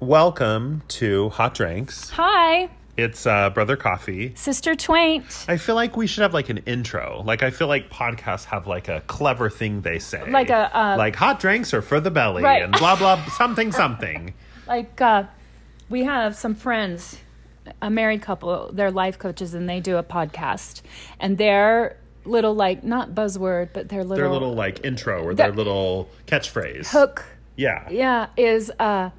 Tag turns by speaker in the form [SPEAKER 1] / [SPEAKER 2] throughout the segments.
[SPEAKER 1] Welcome to Hot Drinks.
[SPEAKER 2] Hi,
[SPEAKER 1] It's uh, Brother Coffee.
[SPEAKER 2] Sister Twaint.
[SPEAKER 1] I feel like we should have like an intro. Like I feel like podcasts have like a clever thing they say.
[SPEAKER 2] Like a, uh,
[SPEAKER 1] like hot drinks are for the belly
[SPEAKER 2] Right.
[SPEAKER 1] and blah blah something something.
[SPEAKER 2] Like, uh, we have some friends, a married couple, they're life coaches, and they do a podcast. And their little, like, not buzzword, but their little,
[SPEAKER 1] Their little like intro or their
[SPEAKER 2] That-
[SPEAKER 1] little catchphrase.
[SPEAKER 2] hook,
[SPEAKER 1] Yeah.
[SPEAKER 2] yeah, is uh,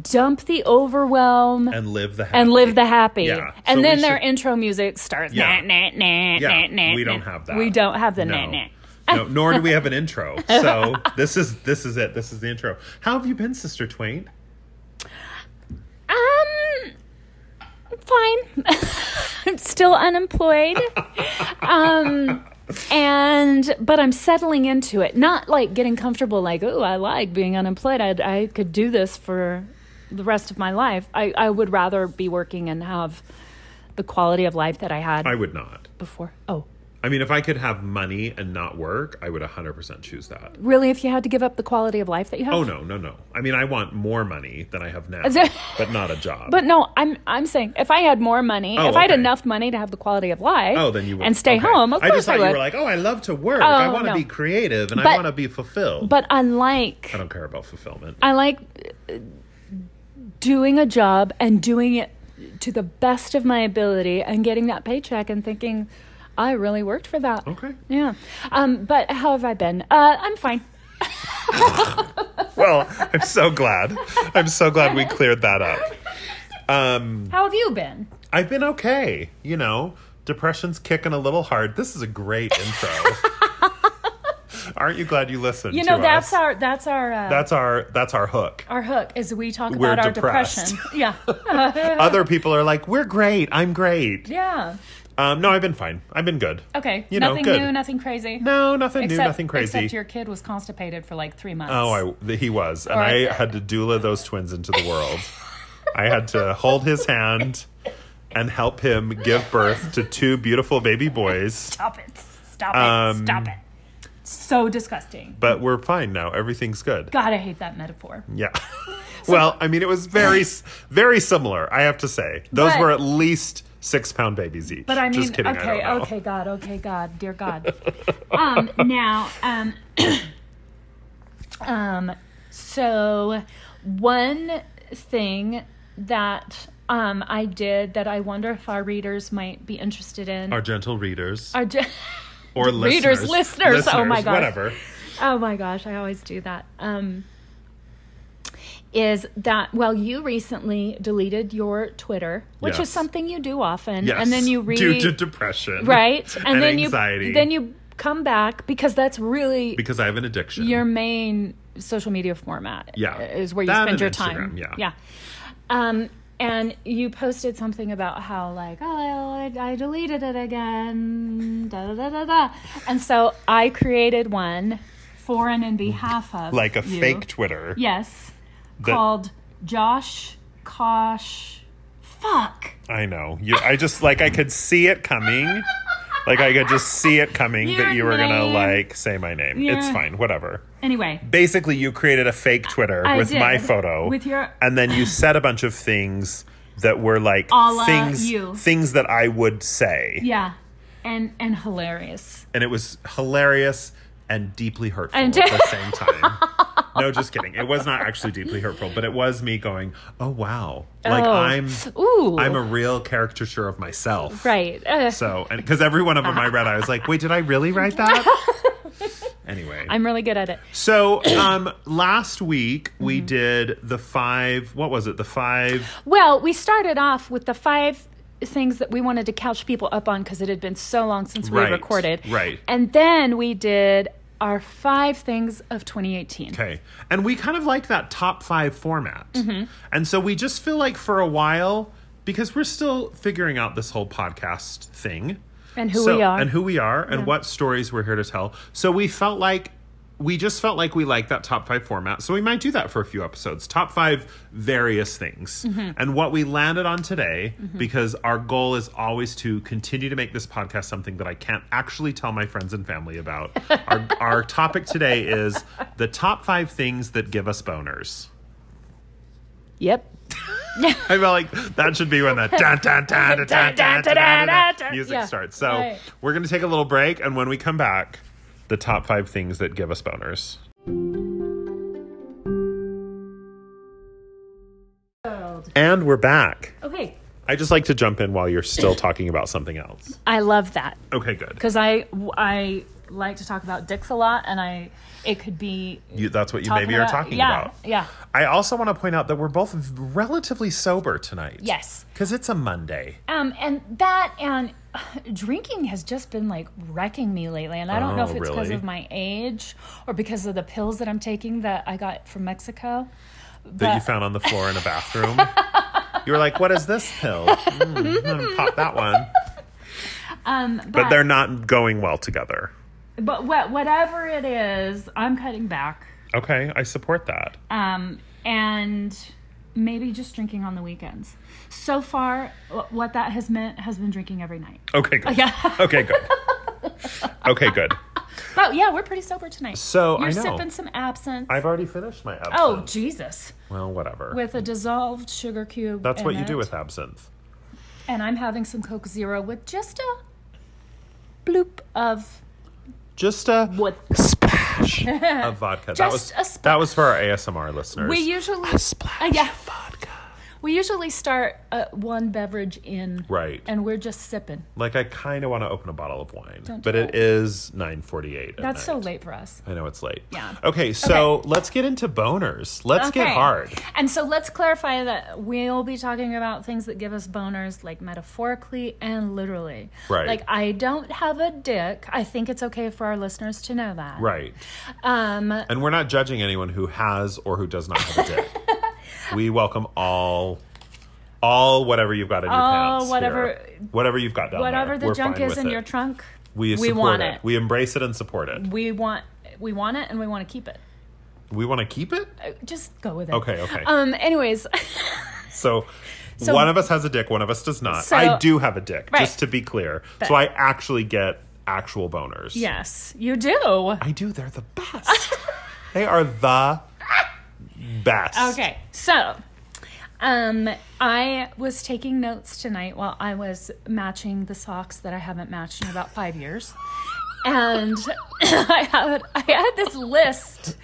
[SPEAKER 2] dump the overwhelm and,
[SPEAKER 1] And live the happy.
[SPEAKER 2] live the happy.
[SPEAKER 1] Yeah,
[SPEAKER 2] And
[SPEAKER 1] so
[SPEAKER 2] then
[SPEAKER 1] we
[SPEAKER 2] their
[SPEAKER 1] should-
[SPEAKER 2] intro music starts.
[SPEAKER 1] Yeah.
[SPEAKER 2] Nah, nah, nah,
[SPEAKER 1] Yeah,
[SPEAKER 2] nah, nah,
[SPEAKER 1] we don't
[SPEAKER 2] nah.
[SPEAKER 1] have that.
[SPEAKER 2] We don't have the
[SPEAKER 1] no.
[SPEAKER 2] nah, nah.
[SPEAKER 1] no, nor do we have an intro. So this is this is it. This is the intro. How have you been, Sister Twain?
[SPEAKER 2] Um, fine. I'm still unemployed. um, and but I'm settling into it. Not like getting comfortable. Like, oh, I like being unemployed. I I could do this for the rest of my life. I I would rather be working and have the quality of life that I had
[SPEAKER 1] I would not.
[SPEAKER 2] before. Oh,
[SPEAKER 1] I mean, if I could have money and not work, I would 100% choose that.
[SPEAKER 2] really? If you had to give up the quality of life that you have?
[SPEAKER 1] Oh no, no, no. I mean, I want more money than I have now, but not a job.
[SPEAKER 2] But no, I'm I'm saying if I had more money,
[SPEAKER 1] Oh,
[SPEAKER 2] if I had
[SPEAKER 1] okay.
[SPEAKER 2] enough money to have the quality of life,
[SPEAKER 1] oh, then you would
[SPEAKER 2] and stay
[SPEAKER 1] okay.
[SPEAKER 2] home. Of
[SPEAKER 1] I
[SPEAKER 2] course,
[SPEAKER 1] just thought
[SPEAKER 2] I would.
[SPEAKER 1] you were like, oh, I love to work. I
[SPEAKER 2] Oh,
[SPEAKER 1] want to
[SPEAKER 2] no.
[SPEAKER 1] be creative and I
[SPEAKER 2] But-
[SPEAKER 1] want to be fulfilled.
[SPEAKER 2] But I like
[SPEAKER 1] I don't care about fulfillment.
[SPEAKER 2] I like uh, doing a job and doing it to the best of my ability and getting that paycheck and thinking I really worked for that.
[SPEAKER 1] okay.
[SPEAKER 2] Yeah. Um, but how have I been? Uh, I'm fine.
[SPEAKER 1] Well, I'm so glad. I'm so glad we cleared that up. Um,
[SPEAKER 2] How have you been?
[SPEAKER 1] I've been okay. You know, depression's kicking a little hard. This is a great intro. Aren't you glad you listened?
[SPEAKER 2] You know,
[SPEAKER 1] to us?
[SPEAKER 2] that's our that's our uh,
[SPEAKER 1] that's our that's our hook.
[SPEAKER 2] our hook is we talk
[SPEAKER 1] We're
[SPEAKER 2] about our
[SPEAKER 1] depressed.
[SPEAKER 2] depression. Yeah. Uh-huh.
[SPEAKER 1] Other people are like, "We're great. I'm great."
[SPEAKER 2] yeah.
[SPEAKER 1] Um, no, I've been fine. I've been good.
[SPEAKER 2] Okay.
[SPEAKER 1] You know,
[SPEAKER 2] nothing
[SPEAKER 1] good.
[SPEAKER 2] new, nothing crazy.
[SPEAKER 1] No, nothing
[SPEAKER 2] except,
[SPEAKER 1] new, nothing crazy.
[SPEAKER 2] Except your kid was constipated for like three months.
[SPEAKER 1] oh, I, th- he was, and
[SPEAKER 2] Or-
[SPEAKER 1] I had to doula those twins into the world. I had to hold his hand and help him give birth to two beautiful baby boys.
[SPEAKER 2] Stop it. Stop
[SPEAKER 1] Um,
[SPEAKER 2] it. Stop it. So disgusting.
[SPEAKER 1] But we're fine now. Everything's good.
[SPEAKER 2] God, I hate that metaphor.
[SPEAKER 1] Yeah. well, I mean, it was very, s- very similar. I have to say, those
[SPEAKER 2] But-
[SPEAKER 1] were at least six pound babies each.
[SPEAKER 2] But I mean,
[SPEAKER 1] just kidding. I don't
[SPEAKER 2] okay,
[SPEAKER 1] know.
[SPEAKER 2] okay, God, okay, God, dear God. um, now, um, um, so one thing that um, I did that I wonder if our readers might be interested in.
[SPEAKER 1] Our gentle readers
[SPEAKER 2] are ju-
[SPEAKER 1] or
[SPEAKER 2] readers,
[SPEAKER 1] listeners,
[SPEAKER 2] listeners, oh my gosh.
[SPEAKER 1] whatever.
[SPEAKER 2] oh my gosh, I always do that. Um, is that well? You recently deleted your Twitter, which
[SPEAKER 1] Yes.
[SPEAKER 2] is something you do often,
[SPEAKER 1] Yes.
[SPEAKER 2] and then you read
[SPEAKER 1] due to depression,
[SPEAKER 2] right
[SPEAKER 1] And,
[SPEAKER 2] then
[SPEAKER 1] anxiety.
[SPEAKER 2] you then you come back because that's really
[SPEAKER 1] because I have an addiction.
[SPEAKER 2] your main social media format
[SPEAKER 1] Yeah.
[SPEAKER 2] is where you
[SPEAKER 1] That
[SPEAKER 2] spend
[SPEAKER 1] and
[SPEAKER 2] your
[SPEAKER 1] Instagram,
[SPEAKER 2] time
[SPEAKER 1] yeah.
[SPEAKER 2] yeah um and you posted something about how like oh I, I deleted it again da, da, da, da, da. and so i created one for and in behalf of
[SPEAKER 1] like a
[SPEAKER 2] you.
[SPEAKER 1] fake Twitter.
[SPEAKER 2] yes
[SPEAKER 1] That-
[SPEAKER 2] called josh kosh fuck
[SPEAKER 1] I know. You, I just like I could see it coming. Like I could just see it coming that
[SPEAKER 2] Your
[SPEAKER 1] you were gonna
[SPEAKER 2] name.
[SPEAKER 1] like say my name. It's
[SPEAKER 2] Yeah.
[SPEAKER 1] fine, whatever.
[SPEAKER 2] anyway
[SPEAKER 1] Basically, you created a fake Twitter
[SPEAKER 2] I
[SPEAKER 1] with my
[SPEAKER 2] did.
[SPEAKER 1] photo,
[SPEAKER 2] With your-
[SPEAKER 1] and then you said a bunch of things that were like
[SPEAKER 2] A la
[SPEAKER 1] things
[SPEAKER 2] you.
[SPEAKER 1] things that I would say,
[SPEAKER 2] yeah and and hilarious
[SPEAKER 1] and it was hilarious and deeply hurtful
[SPEAKER 2] And-
[SPEAKER 1] at the same time. No, just kidding. It was not actually deeply hurtful, but it was me going, "Oh wow!" Like
[SPEAKER 2] Oh.
[SPEAKER 1] I'm,
[SPEAKER 2] Ooh.
[SPEAKER 1] I'm a real caricature of myself,
[SPEAKER 2] Right. Uh,
[SPEAKER 1] So, and because every one of them I read, I was like, wait, did I really write that? anyway.
[SPEAKER 2] I'm really good at it.
[SPEAKER 1] so, um, last week
[SPEAKER 2] Mm-hmm.
[SPEAKER 1] we did the five, what was it? The five,
[SPEAKER 2] Well, we started off with the five things that we wanted to couch people up on because it had been so long since we
[SPEAKER 1] Right,
[SPEAKER 2] recorded.
[SPEAKER 1] right.
[SPEAKER 2] And then we did our five things of 2018.
[SPEAKER 1] okay. And we kind of like that top five format.
[SPEAKER 2] Mm-hmm.
[SPEAKER 1] And so we just feel like for a while, because we're still figuring out this whole podcast thing.
[SPEAKER 2] And who
[SPEAKER 1] So-
[SPEAKER 2] we are.
[SPEAKER 1] And who we are and what stories we're here to tell. So we felt like we just felt like we like that top five format. So we might do that for a few episodes. Top five various things.
[SPEAKER 2] Mm-hmm.
[SPEAKER 1] And what we landed on today, because our goal is always to continue to make this podcast something that I can't actually tell my friends and family about. our, our topic today is the top five things that give us boners.
[SPEAKER 2] Yep.
[SPEAKER 1] I feel like that should be when the dun, dun, dun, dun, dun, dun, dun, dun, dun, dun, music
[SPEAKER 2] Yeah.
[SPEAKER 1] starts. So
[SPEAKER 2] Right.
[SPEAKER 1] we're going to take a little break, and when we come back, the top five things that give us boners. And we're back.
[SPEAKER 2] Okay.
[SPEAKER 1] I just like to jump in while you're still talking about something else.
[SPEAKER 2] I love that
[SPEAKER 1] Okay, good.
[SPEAKER 2] because I I like to talk about dicks a lot, and I it could be
[SPEAKER 1] You, that's what you maybe are talking
[SPEAKER 2] yeah,
[SPEAKER 1] about.
[SPEAKER 2] Yeah.
[SPEAKER 1] I also want to point out that we're both relatively sober tonight.
[SPEAKER 2] Yes.
[SPEAKER 1] Because it's a Monday.
[SPEAKER 2] Um, and that and drinking has just been like wrecking me lately, and I don't know
[SPEAKER 1] Oh,
[SPEAKER 2] if it's because
[SPEAKER 1] really?
[SPEAKER 2] of my age or because of the pills that I'm taking that I got from Mexico.
[SPEAKER 1] that you
[SPEAKER 2] But-
[SPEAKER 1] found on the floor in a bathroom. you were like, "What is this pill?" Mm, I'm gonna pop that one.
[SPEAKER 2] Um,
[SPEAKER 1] But they're not going well together.
[SPEAKER 2] but what, whatever it is, I'm cutting back.
[SPEAKER 1] Okay, I support that.
[SPEAKER 2] um, and maybe just drinking on the weekends. So far, wh- what that has meant has been drinking every night.
[SPEAKER 1] Okay, good.
[SPEAKER 2] Yeah.
[SPEAKER 1] Okay, good. Okay, good.
[SPEAKER 2] But yeah, we're pretty sober tonight.
[SPEAKER 1] So,
[SPEAKER 2] you're
[SPEAKER 1] I know.
[SPEAKER 2] sipping some absinthe.
[SPEAKER 1] I've already finished my absinthe.
[SPEAKER 2] oh Jesus!
[SPEAKER 1] well, whatever.
[SPEAKER 2] With a dissolved sugar cube.
[SPEAKER 1] That's what
[SPEAKER 2] in
[SPEAKER 1] you do
[SPEAKER 2] it.
[SPEAKER 1] with absinthe.
[SPEAKER 2] And I'm having some Coke Zero with just a bloop of
[SPEAKER 1] Just a
[SPEAKER 2] what?
[SPEAKER 1] splash of vodka. that
[SPEAKER 2] Just
[SPEAKER 1] was
[SPEAKER 2] a splash.
[SPEAKER 1] that was for our ASMR listeners.
[SPEAKER 2] We usually
[SPEAKER 1] splash
[SPEAKER 2] Uh, yeah.
[SPEAKER 1] vodka.
[SPEAKER 2] we usually start uh, one beverage in,
[SPEAKER 1] Right.
[SPEAKER 2] and we're just sipping.
[SPEAKER 1] like I kind of want to open a bottle of wine,
[SPEAKER 2] Don't do
[SPEAKER 1] but it
[SPEAKER 2] that.
[SPEAKER 1] is 9:48. at
[SPEAKER 2] That's so
[SPEAKER 1] night.
[SPEAKER 2] late for us.
[SPEAKER 1] I know it's late.
[SPEAKER 2] Yeah.
[SPEAKER 1] Okay, so let's get into boners. Let's get
[SPEAKER 2] Okay.
[SPEAKER 1] hard.
[SPEAKER 2] And so let's clarify that we'll be talking about things that give us boners, like metaphorically and literally.
[SPEAKER 1] Right.
[SPEAKER 2] Like I don't have a dick. I think it's okay for our listeners to know that.
[SPEAKER 1] Right.
[SPEAKER 2] Um,
[SPEAKER 1] And we're not judging anyone who has or who does not have a dick. we welcome all all whatever you've got in your
[SPEAKER 2] All
[SPEAKER 1] pants.
[SPEAKER 2] whatever-
[SPEAKER 1] here. whatever you've got down
[SPEAKER 2] whatever
[SPEAKER 1] there.
[SPEAKER 2] the
[SPEAKER 1] We're
[SPEAKER 2] junk
[SPEAKER 1] fine
[SPEAKER 2] is
[SPEAKER 1] with
[SPEAKER 2] in
[SPEAKER 1] it.
[SPEAKER 2] your trunk,
[SPEAKER 1] we,
[SPEAKER 2] we
[SPEAKER 1] support
[SPEAKER 2] want
[SPEAKER 1] it.
[SPEAKER 2] it.
[SPEAKER 1] We embrace it and support it.
[SPEAKER 2] we want we want it and we want to keep it.
[SPEAKER 1] We want to keep it?
[SPEAKER 2] Uh, Just go with it.
[SPEAKER 1] Okay, okay.
[SPEAKER 2] Um. Anyways,
[SPEAKER 1] So,
[SPEAKER 2] So-
[SPEAKER 1] one of us has a dick, one of us does not.
[SPEAKER 2] So-
[SPEAKER 1] I do have a dick,
[SPEAKER 2] Right.
[SPEAKER 1] just to be clear. so I actually get actual boners.
[SPEAKER 2] yes, you do.
[SPEAKER 1] I do. They're the best. they are the best.
[SPEAKER 2] Okay, so um, I was taking notes tonight while I was matching the socks that I haven't matched in about five years, and I had I had this list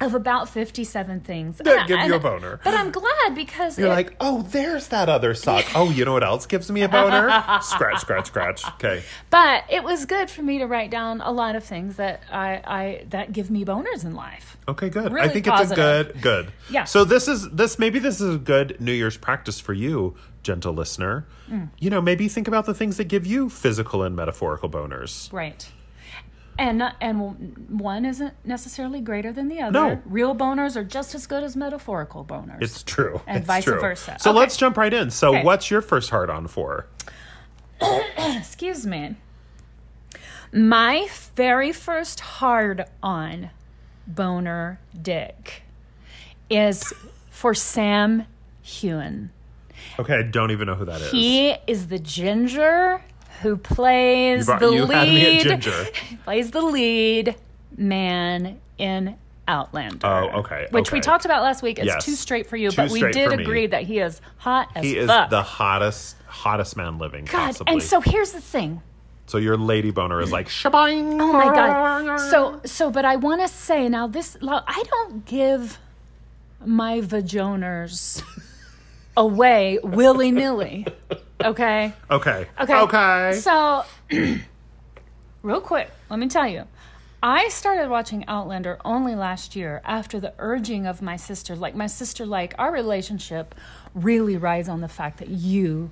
[SPEAKER 2] of about fifty-seven things
[SPEAKER 1] That give you a
[SPEAKER 2] And-
[SPEAKER 1] boner.
[SPEAKER 2] But I'm glad because
[SPEAKER 1] You're
[SPEAKER 2] it-
[SPEAKER 1] like, oh, there's that other sock. Oh, you know what else gives me a boner? scratch, scratch, scratch. Okay.
[SPEAKER 2] but it was good for me to write down a lot of things that I, I that give me boners in life.
[SPEAKER 1] Okay, good. I
[SPEAKER 2] Really
[SPEAKER 1] think it's a
[SPEAKER 2] positive.
[SPEAKER 1] good, good.
[SPEAKER 2] Yeah.
[SPEAKER 1] So this is this maybe this is a good New Year's practice for you, gentle listener.
[SPEAKER 2] Hmm.
[SPEAKER 1] You know, maybe think about the things that give you physical and metaphorical boners.
[SPEAKER 2] Right. And not, and one isn't necessarily greater than the other.
[SPEAKER 1] No.
[SPEAKER 2] Real boners are just as good as metaphorical boners.
[SPEAKER 1] It's true.
[SPEAKER 2] And
[SPEAKER 1] It's
[SPEAKER 2] vice
[SPEAKER 1] true.
[SPEAKER 2] versa.
[SPEAKER 1] So
[SPEAKER 2] Okay.
[SPEAKER 1] let's jump right in. So
[SPEAKER 2] Okay.
[SPEAKER 1] what's your first hard on for?
[SPEAKER 2] Excuse me. My very first hard on boner dick is for Sam Hewen.
[SPEAKER 1] Okay, I don't even know who that is.
[SPEAKER 2] He is the ginger who plays
[SPEAKER 1] brought-
[SPEAKER 2] the
[SPEAKER 1] you
[SPEAKER 2] lead.
[SPEAKER 1] had me at ginger.
[SPEAKER 2] Plays the lead man in Outlander.
[SPEAKER 1] Oh, okay,
[SPEAKER 2] Which we
[SPEAKER 1] okay.
[SPEAKER 2] talked about last week. It's
[SPEAKER 1] Yes.
[SPEAKER 2] too straight for you,
[SPEAKER 1] Too
[SPEAKER 2] but we
[SPEAKER 1] straight
[SPEAKER 2] did
[SPEAKER 1] for me.
[SPEAKER 2] agree that he is hot as
[SPEAKER 1] He is
[SPEAKER 2] fuck.
[SPEAKER 1] the hottest, hottest man living.
[SPEAKER 2] God,
[SPEAKER 1] possibly.
[SPEAKER 2] and so here's the thing.
[SPEAKER 1] So your lady boner is like shaboing.
[SPEAKER 2] Oh my god. So so but I want to say now this lo- I don't give my vajoners away willy-nilly. Okay?
[SPEAKER 1] Okay.
[SPEAKER 2] Okay.
[SPEAKER 1] Okay.
[SPEAKER 2] So, real quick, let me tell you. I started watching Outlander only last year after the urging of my sister. Like, my sister, like, our relationship really rides on the fact that you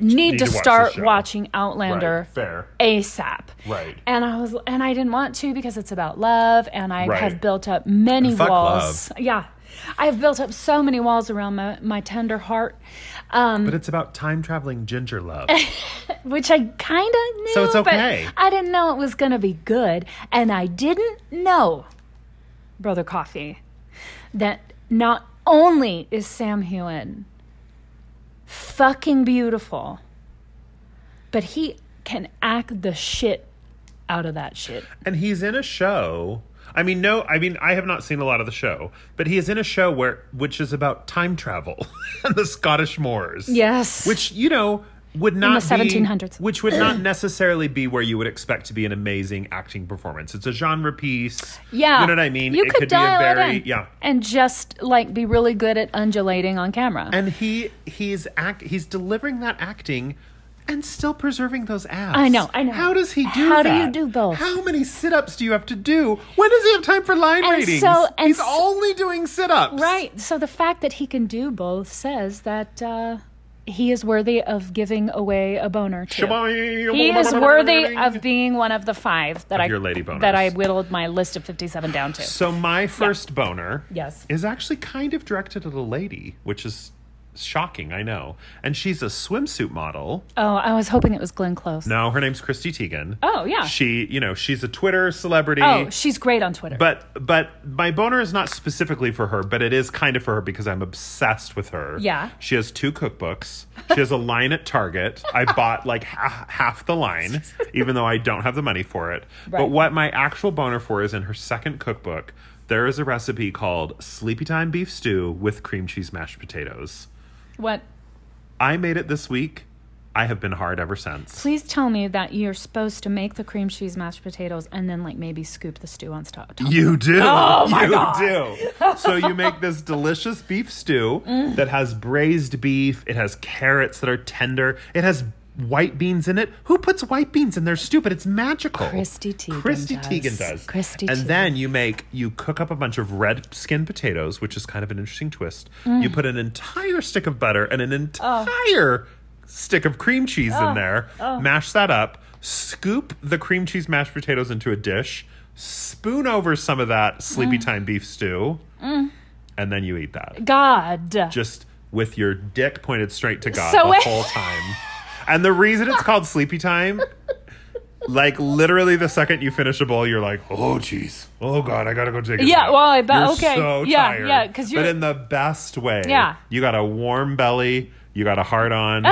[SPEAKER 2] need,
[SPEAKER 1] to
[SPEAKER 2] to,
[SPEAKER 1] watch the
[SPEAKER 2] start
[SPEAKER 1] show.
[SPEAKER 2] watching Outlander
[SPEAKER 1] Right, fair.
[SPEAKER 2] ASAP.
[SPEAKER 1] Right.
[SPEAKER 2] And I was, and I didn't want to because it's about love, and I
[SPEAKER 1] Right.
[SPEAKER 2] have built up many
[SPEAKER 1] fuck
[SPEAKER 2] walls. Yeah. I've built up so many walls around my, my tender heart. Um,
[SPEAKER 1] But it's about time traveling ginger love.
[SPEAKER 2] which I kind of knew.
[SPEAKER 1] So it's
[SPEAKER 2] but
[SPEAKER 1] okay.
[SPEAKER 2] I didn't know it was going to be good. And I didn't know, Brother Coffee, that not only is Sam Hewen fucking beautiful, but he can act the shit out of that shit.
[SPEAKER 1] and he's in a show. I mean, no, I mean, I have not seen a lot of the show, but he is in a show where, which is about time travel and the Scottish Moors.
[SPEAKER 2] Yes.
[SPEAKER 1] Which, you know, would not
[SPEAKER 2] the
[SPEAKER 1] be-
[SPEAKER 2] 1700s.
[SPEAKER 1] which would not necessarily be where you would expect to be an amazing acting performance. It's a genre piece.
[SPEAKER 2] Yeah.
[SPEAKER 1] You know what I mean?
[SPEAKER 2] You could, dial
[SPEAKER 1] be a very,
[SPEAKER 2] it in.
[SPEAKER 1] yeah.
[SPEAKER 2] And just like be really good at undulating on camera.
[SPEAKER 1] And he, he's act, he's delivering that acting and still preserving those abs.
[SPEAKER 2] I know, I know.
[SPEAKER 1] How does he do
[SPEAKER 2] How do you
[SPEAKER 1] that?
[SPEAKER 2] do both?
[SPEAKER 1] How many sit ups do you have to do? When does he have time for line
[SPEAKER 2] And
[SPEAKER 1] readings?
[SPEAKER 2] so- and
[SPEAKER 1] he's
[SPEAKER 2] s-
[SPEAKER 1] only doing sit ups.
[SPEAKER 2] right. So the fact that he can do both says that uh, he is worthy of giving away a boner to. He is worthy of being one of the five that I
[SPEAKER 1] your lady boners.
[SPEAKER 2] that I whittled my list of fifty-seven down to.
[SPEAKER 1] So my first boner
[SPEAKER 2] Yes.
[SPEAKER 1] is actually kind of directed at a lady, which is shocking, I know. And she's a swimsuit model.
[SPEAKER 2] Oh, I was hoping it was Glenn Close.
[SPEAKER 1] No, her name's Christy Teigen.
[SPEAKER 2] Oh yeah.
[SPEAKER 1] She, you know, she's a Twitter celebrity.
[SPEAKER 2] oh, she's great on Twitter.
[SPEAKER 1] but but my boner is not specifically for her, but it is kind of for her because I'm obsessed with her.
[SPEAKER 2] Yeah.
[SPEAKER 1] She has two cookbooks. She has a line at Target. I bought like ha- half the line, even though I don't have the money for it.
[SPEAKER 2] Right.
[SPEAKER 1] But what my actual boner for is in her second cookbook, there is a recipe called Sleepy Time Beef Stew with Cream Cheese Mashed Potatoes.
[SPEAKER 2] what?
[SPEAKER 1] I made it this week. I have been hard ever since.
[SPEAKER 2] Please tell me that you're supposed to make the cream cheese mashed potatoes and then like maybe scoop the stew on top. top.
[SPEAKER 1] You do. Oh my you do. So you make this delicious beef stew that has braised beef. It has carrots that are tender. It has white beans in it. Who puts white beans in their stew? But it's magical.
[SPEAKER 2] Christy Teigen
[SPEAKER 1] Christy
[SPEAKER 2] does.
[SPEAKER 1] Teigen does.
[SPEAKER 2] Christy
[SPEAKER 1] And
[SPEAKER 2] Teigen.
[SPEAKER 1] then you make you cook up a bunch of red skin potatoes, which is kind of an interesting twist.
[SPEAKER 2] Mm.
[SPEAKER 1] You put an entire stick of butter and an
[SPEAKER 2] Oh.
[SPEAKER 1] entire stick of cream cheese in there. Mash that up. Scoop the cream cheese mashed potatoes into a dish. Spoon over some of that sleepy
[SPEAKER 2] Mm.
[SPEAKER 1] time beef stew, and then you eat that
[SPEAKER 2] God.
[SPEAKER 1] just with your dick pointed straight to God
[SPEAKER 2] So
[SPEAKER 1] the
[SPEAKER 2] it-
[SPEAKER 1] whole time. And the reason it's called sleepy time, like literally the second you finish a bowl, you're like, oh jeez, oh god, I gotta go take a
[SPEAKER 2] Yeah,
[SPEAKER 1] nap."
[SPEAKER 2] well, I bet-
[SPEAKER 1] You're
[SPEAKER 2] okay.
[SPEAKER 1] so
[SPEAKER 2] Yeah,
[SPEAKER 1] tired.
[SPEAKER 2] yeah, 'cause you're-
[SPEAKER 1] but in the best way.
[SPEAKER 2] Yeah.
[SPEAKER 1] you got a warm belly, you got a hard on,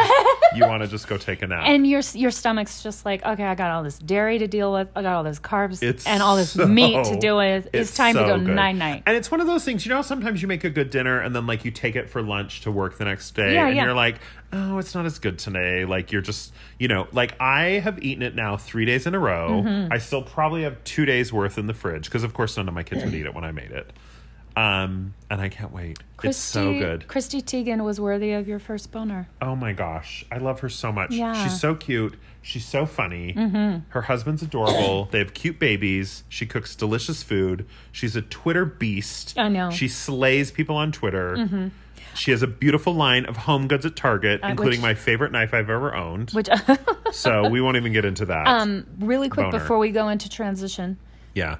[SPEAKER 1] you want to just go take a nap.
[SPEAKER 2] and your your stomach's just like, okay, I got all this dairy to deal with. I got all those carbs
[SPEAKER 1] It's
[SPEAKER 2] and all this
[SPEAKER 1] so-
[SPEAKER 2] meat to deal with. It's, time to
[SPEAKER 1] so
[SPEAKER 2] go
[SPEAKER 1] good.
[SPEAKER 2] night night.
[SPEAKER 1] And it's one of those things, you know, how sometimes you make a good dinner and then like you take it for lunch to work the next day
[SPEAKER 2] Yeah,
[SPEAKER 1] and
[SPEAKER 2] yeah.
[SPEAKER 1] you're like, oh, it's not as good today. Like you're just, you know, like I have eaten it now three days in a row.
[SPEAKER 2] Mm-hmm.
[SPEAKER 1] I still probably have two days worth in the fridge because, of course, none of my kids would eat it when I made it. Um, and I can't wait. it's so good.
[SPEAKER 2] Christy Teigen was worthy of your first boner.
[SPEAKER 1] Oh my gosh, I love her so much.
[SPEAKER 2] Yeah. Mm-hmm.
[SPEAKER 1] She's so cute. She's so funny. Her husband's adorable. they have cute babies. She cooks delicious food. She's a Twitter beast.
[SPEAKER 2] I know. Mm-hmm.
[SPEAKER 1] She slays people on Twitter. She has a beautiful line of home goods at Target, including
[SPEAKER 2] Uh, which-
[SPEAKER 1] my favorite knife I've ever owned.
[SPEAKER 2] Which, um,
[SPEAKER 1] so we won't even get into that.
[SPEAKER 2] really quick
[SPEAKER 1] Boner.
[SPEAKER 2] before we go into transition,
[SPEAKER 1] yeah.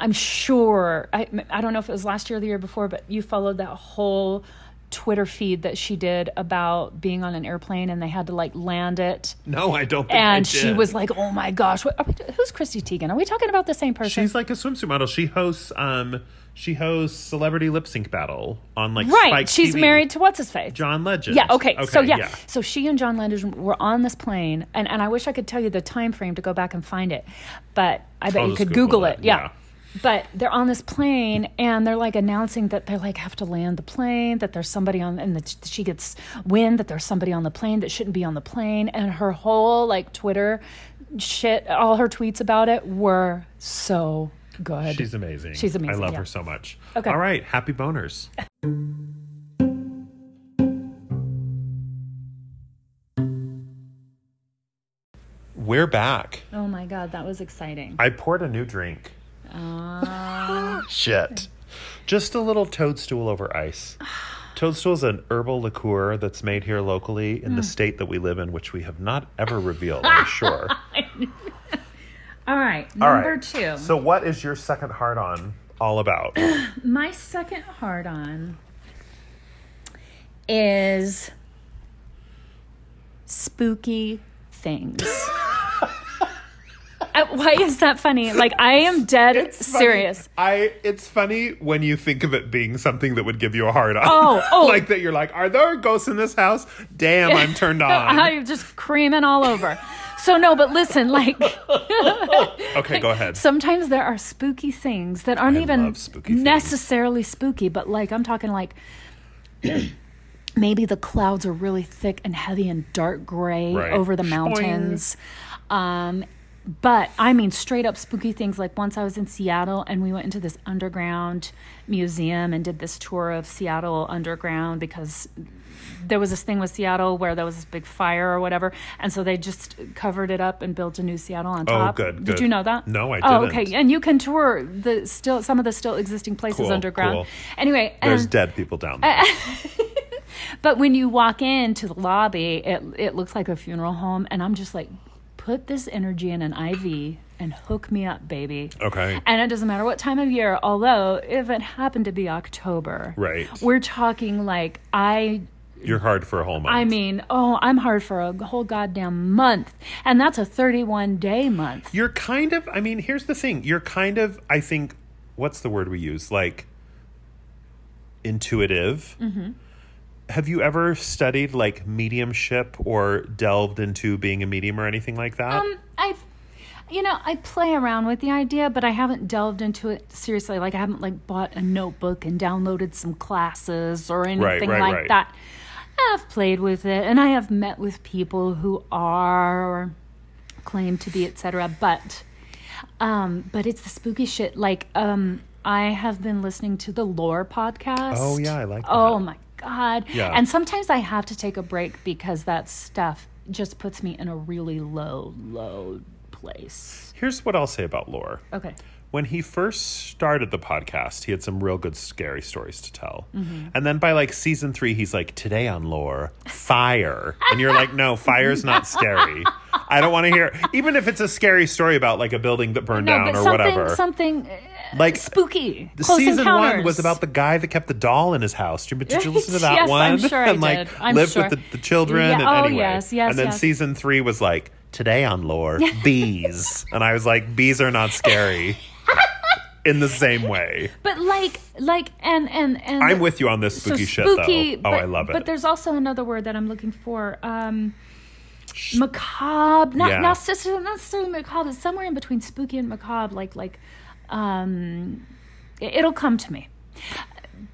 [SPEAKER 2] I'm sure I I don't know if it was last year or the year before, but you followed that whole Twitter feed that she did about being on an airplane and they had to like land it,
[SPEAKER 1] No, I don't think I
[SPEAKER 2] and she
[SPEAKER 1] did.
[SPEAKER 2] was like, "Oh my gosh, what, are we, who's Christy Teigen? Are we talking about the same person?"
[SPEAKER 1] She's like a swimsuit model. She hosts um she hosts celebrity lip sync battle on like
[SPEAKER 2] right.
[SPEAKER 1] Spike
[SPEAKER 2] She's
[SPEAKER 1] TV.
[SPEAKER 2] married to what's his face.
[SPEAKER 1] John Legend.
[SPEAKER 2] Yeah. Okay. so yeah. So she and John Legend were on this plane, and, and I wish I could tell you the time frame to go back and find it, but I
[SPEAKER 1] I'll
[SPEAKER 2] bet you
[SPEAKER 1] just
[SPEAKER 2] could
[SPEAKER 1] Google
[SPEAKER 2] Google,
[SPEAKER 1] it,
[SPEAKER 2] it.
[SPEAKER 1] yeah.
[SPEAKER 2] Yeah. But they're on this plane, and they're like announcing that they like have to land the plane, that there's somebody on, and that she gets wind that there's somebody on the plane that shouldn't be on the plane, and her whole like Twitter shit, all her tweets about it were so good.
[SPEAKER 1] She's amazing.
[SPEAKER 2] She's amazing,
[SPEAKER 1] I love
[SPEAKER 2] yeah.
[SPEAKER 1] her so much.
[SPEAKER 2] Okay.
[SPEAKER 1] All right. Happy boners. We're back.
[SPEAKER 2] oh my god, that was exciting.
[SPEAKER 1] I poured a new drink.
[SPEAKER 2] Ah.
[SPEAKER 1] Shit. Just a little toadstool over ice. Toadstool is an herbal liqueur that's made here locally in the
[SPEAKER 2] Hmm.
[SPEAKER 1] state that we live in, which we have not ever revealed, I'm sure.
[SPEAKER 2] All right,
[SPEAKER 1] All
[SPEAKER 2] number
[SPEAKER 1] right.
[SPEAKER 2] two.
[SPEAKER 1] So, what is your second hard on all about?
[SPEAKER 2] My second hard on is spooky things. Uh, Why is that funny? Like I am dead
[SPEAKER 1] funny.
[SPEAKER 2] serious.
[SPEAKER 1] I it's funny when you think of it being something that would give you a hard on.
[SPEAKER 2] Oh, oh.
[SPEAKER 1] like that you're like, are there ghosts in this house? Damn, I'm turned on.
[SPEAKER 2] I'm just creaming all over. So no, but listen, like
[SPEAKER 1] okay, go ahead.
[SPEAKER 2] sometimes there are spooky things that aren't
[SPEAKER 1] I
[SPEAKER 2] even
[SPEAKER 1] love spooky things.
[SPEAKER 2] necessarily spooky, but like I'm talking like maybe the clouds are really thick and heavy and dark gray
[SPEAKER 1] Right.
[SPEAKER 2] over the
[SPEAKER 1] Shpoing.
[SPEAKER 2] mountains. Um, but I mean, straight up spooky things. Like once I was in Seattle and we went into this underground museum and did this tour of Seattle underground because there was this thing with Seattle where there was this big fire or whatever, and so they just covered it up and built a new Seattle on top.
[SPEAKER 1] Oh, good,
[SPEAKER 2] Did
[SPEAKER 1] good.
[SPEAKER 2] you know that?
[SPEAKER 1] No, I
[SPEAKER 2] Oh,
[SPEAKER 1] didn't.
[SPEAKER 2] okay. And you can tour the still some of the still existing places
[SPEAKER 1] Cool,
[SPEAKER 2] underground.
[SPEAKER 1] cool.
[SPEAKER 2] Anyway,
[SPEAKER 1] There's
[SPEAKER 2] and-
[SPEAKER 1] dead people down there.
[SPEAKER 2] but when you walk into the lobby, it it looks like a funeral home, and I'm just like, put this energy in an IV and hook me up, baby.
[SPEAKER 1] okay.
[SPEAKER 2] And it doesn't matter what time of year, although if it happened to be October,
[SPEAKER 1] Right.
[SPEAKER 2] We're talking like I
[SPEAKER 1] You're hard for a whole month.
[SPEAKER 2] I mean, oh, I'm hard for a whole goddamn month. And that's a 31 day month.
[SPEAKER 1] you're kind of I mean, here's the thing. You're kind of I think what's the word we use? Like intuitive.
[SPEAKER 2] Mm-hmm.
[SPEAKER 1] Have you ever studied like mediumship or delved into being a medium or anything like that?
[SPEAKER 2] Um, I've, you know, I play around with the idea, but I haven't delved into it seriously. Like, I haven't, like, bought a notebook and downloaded some classes or anything
[SPEAKER 1] right,
[SPEAKER 2] like
[SPEAKER 1] right.
[SPEAKER 2] that. I've played with it and I have met with people who are or claim to be, etc. But, um, but it's the spooky shit. Like, um, I have been listening to the Lore podcast.
[SPEAKER 1] Oh, yeah, I like
[SPEAKER 2] Oh
[SPEAKER 1] that.
[SPEAKER 2] my god.
[SPEAKER 1] Yeah.
[SPEAKER 2] And sometimes I have to take a break because that stuff just puts me in a really low, low place.
[SPEAKER 1] here's what I'll say about lore.
[SPEAKER 2] Okay.
[SPEAKER 1] when he first started the podcast, he had some real good scary stories to tell.
[SPEAKER 2] Mm-hmm.
[SPEAKER 1] And then by like season three, he's like, Today on lore, fire. And you're like, No, fire's not scary. I don't want to hear, even if it's a scary story about like a building that burned down
[SPEAKER 2] but
[SPEAKER 1] or
[SPEAKER 2] something,
[SPEAKER 1] whatever.
[SPEAKER 2] something uh,
[SPEAKER 1] like,
[SPEAKER 2] spooky.
[SPEAKER 1] the
[SPEAKER 2] Close
[SPEAKER 1] season
[SPEAKER 2] encounters.
[SPEAKER 1] one was about the guy that kept the doll in his house. Did you, did you
[SPEAKER 2] Right.
[SPEAKER 1] listen to that
[SPEAKER 2] Yes,
[SPEAKER 1] one?
[SPEAKER 2] I'm sure I
[SPEAKER 1] and like
[SPEAKER 2] did. I'm
[SPEAKER 1] lived
[SPEAKER 2] sure.
[SPEAKER 1] with the, the children.
[SPEAKER 2] Yeah,
[SPEAKER 1] And
[SPEAKER 2] oh,
[SPEAKER 1] anyway,
[SPEAKER 2] yes, yes,
[SPEAKER 1] And then
[SPEAKER 2] yes.
[SPEAKER 1] season three was like today on lore bees, and I was like, bees are not scary in the same way.
[SPEAKER 2] But like, like, and and and.
[SPEAKER 1] I'm with you on this
[SPEAKER 2] so
[SPEAKER 1] spooky, shit though. Oh,
[SPEAKER 2] but,
[SPEAKER 1] I love it.
[SPEAKER 2] But there's also another word that I'm looking for. Um, macabre, not
[SPEAKER 1] Yeah.
[SPEAKER 2] not necessarily, not necessarily macabre, but somewhere in between spooky and macabre. Like like, um, it- it'll come to me,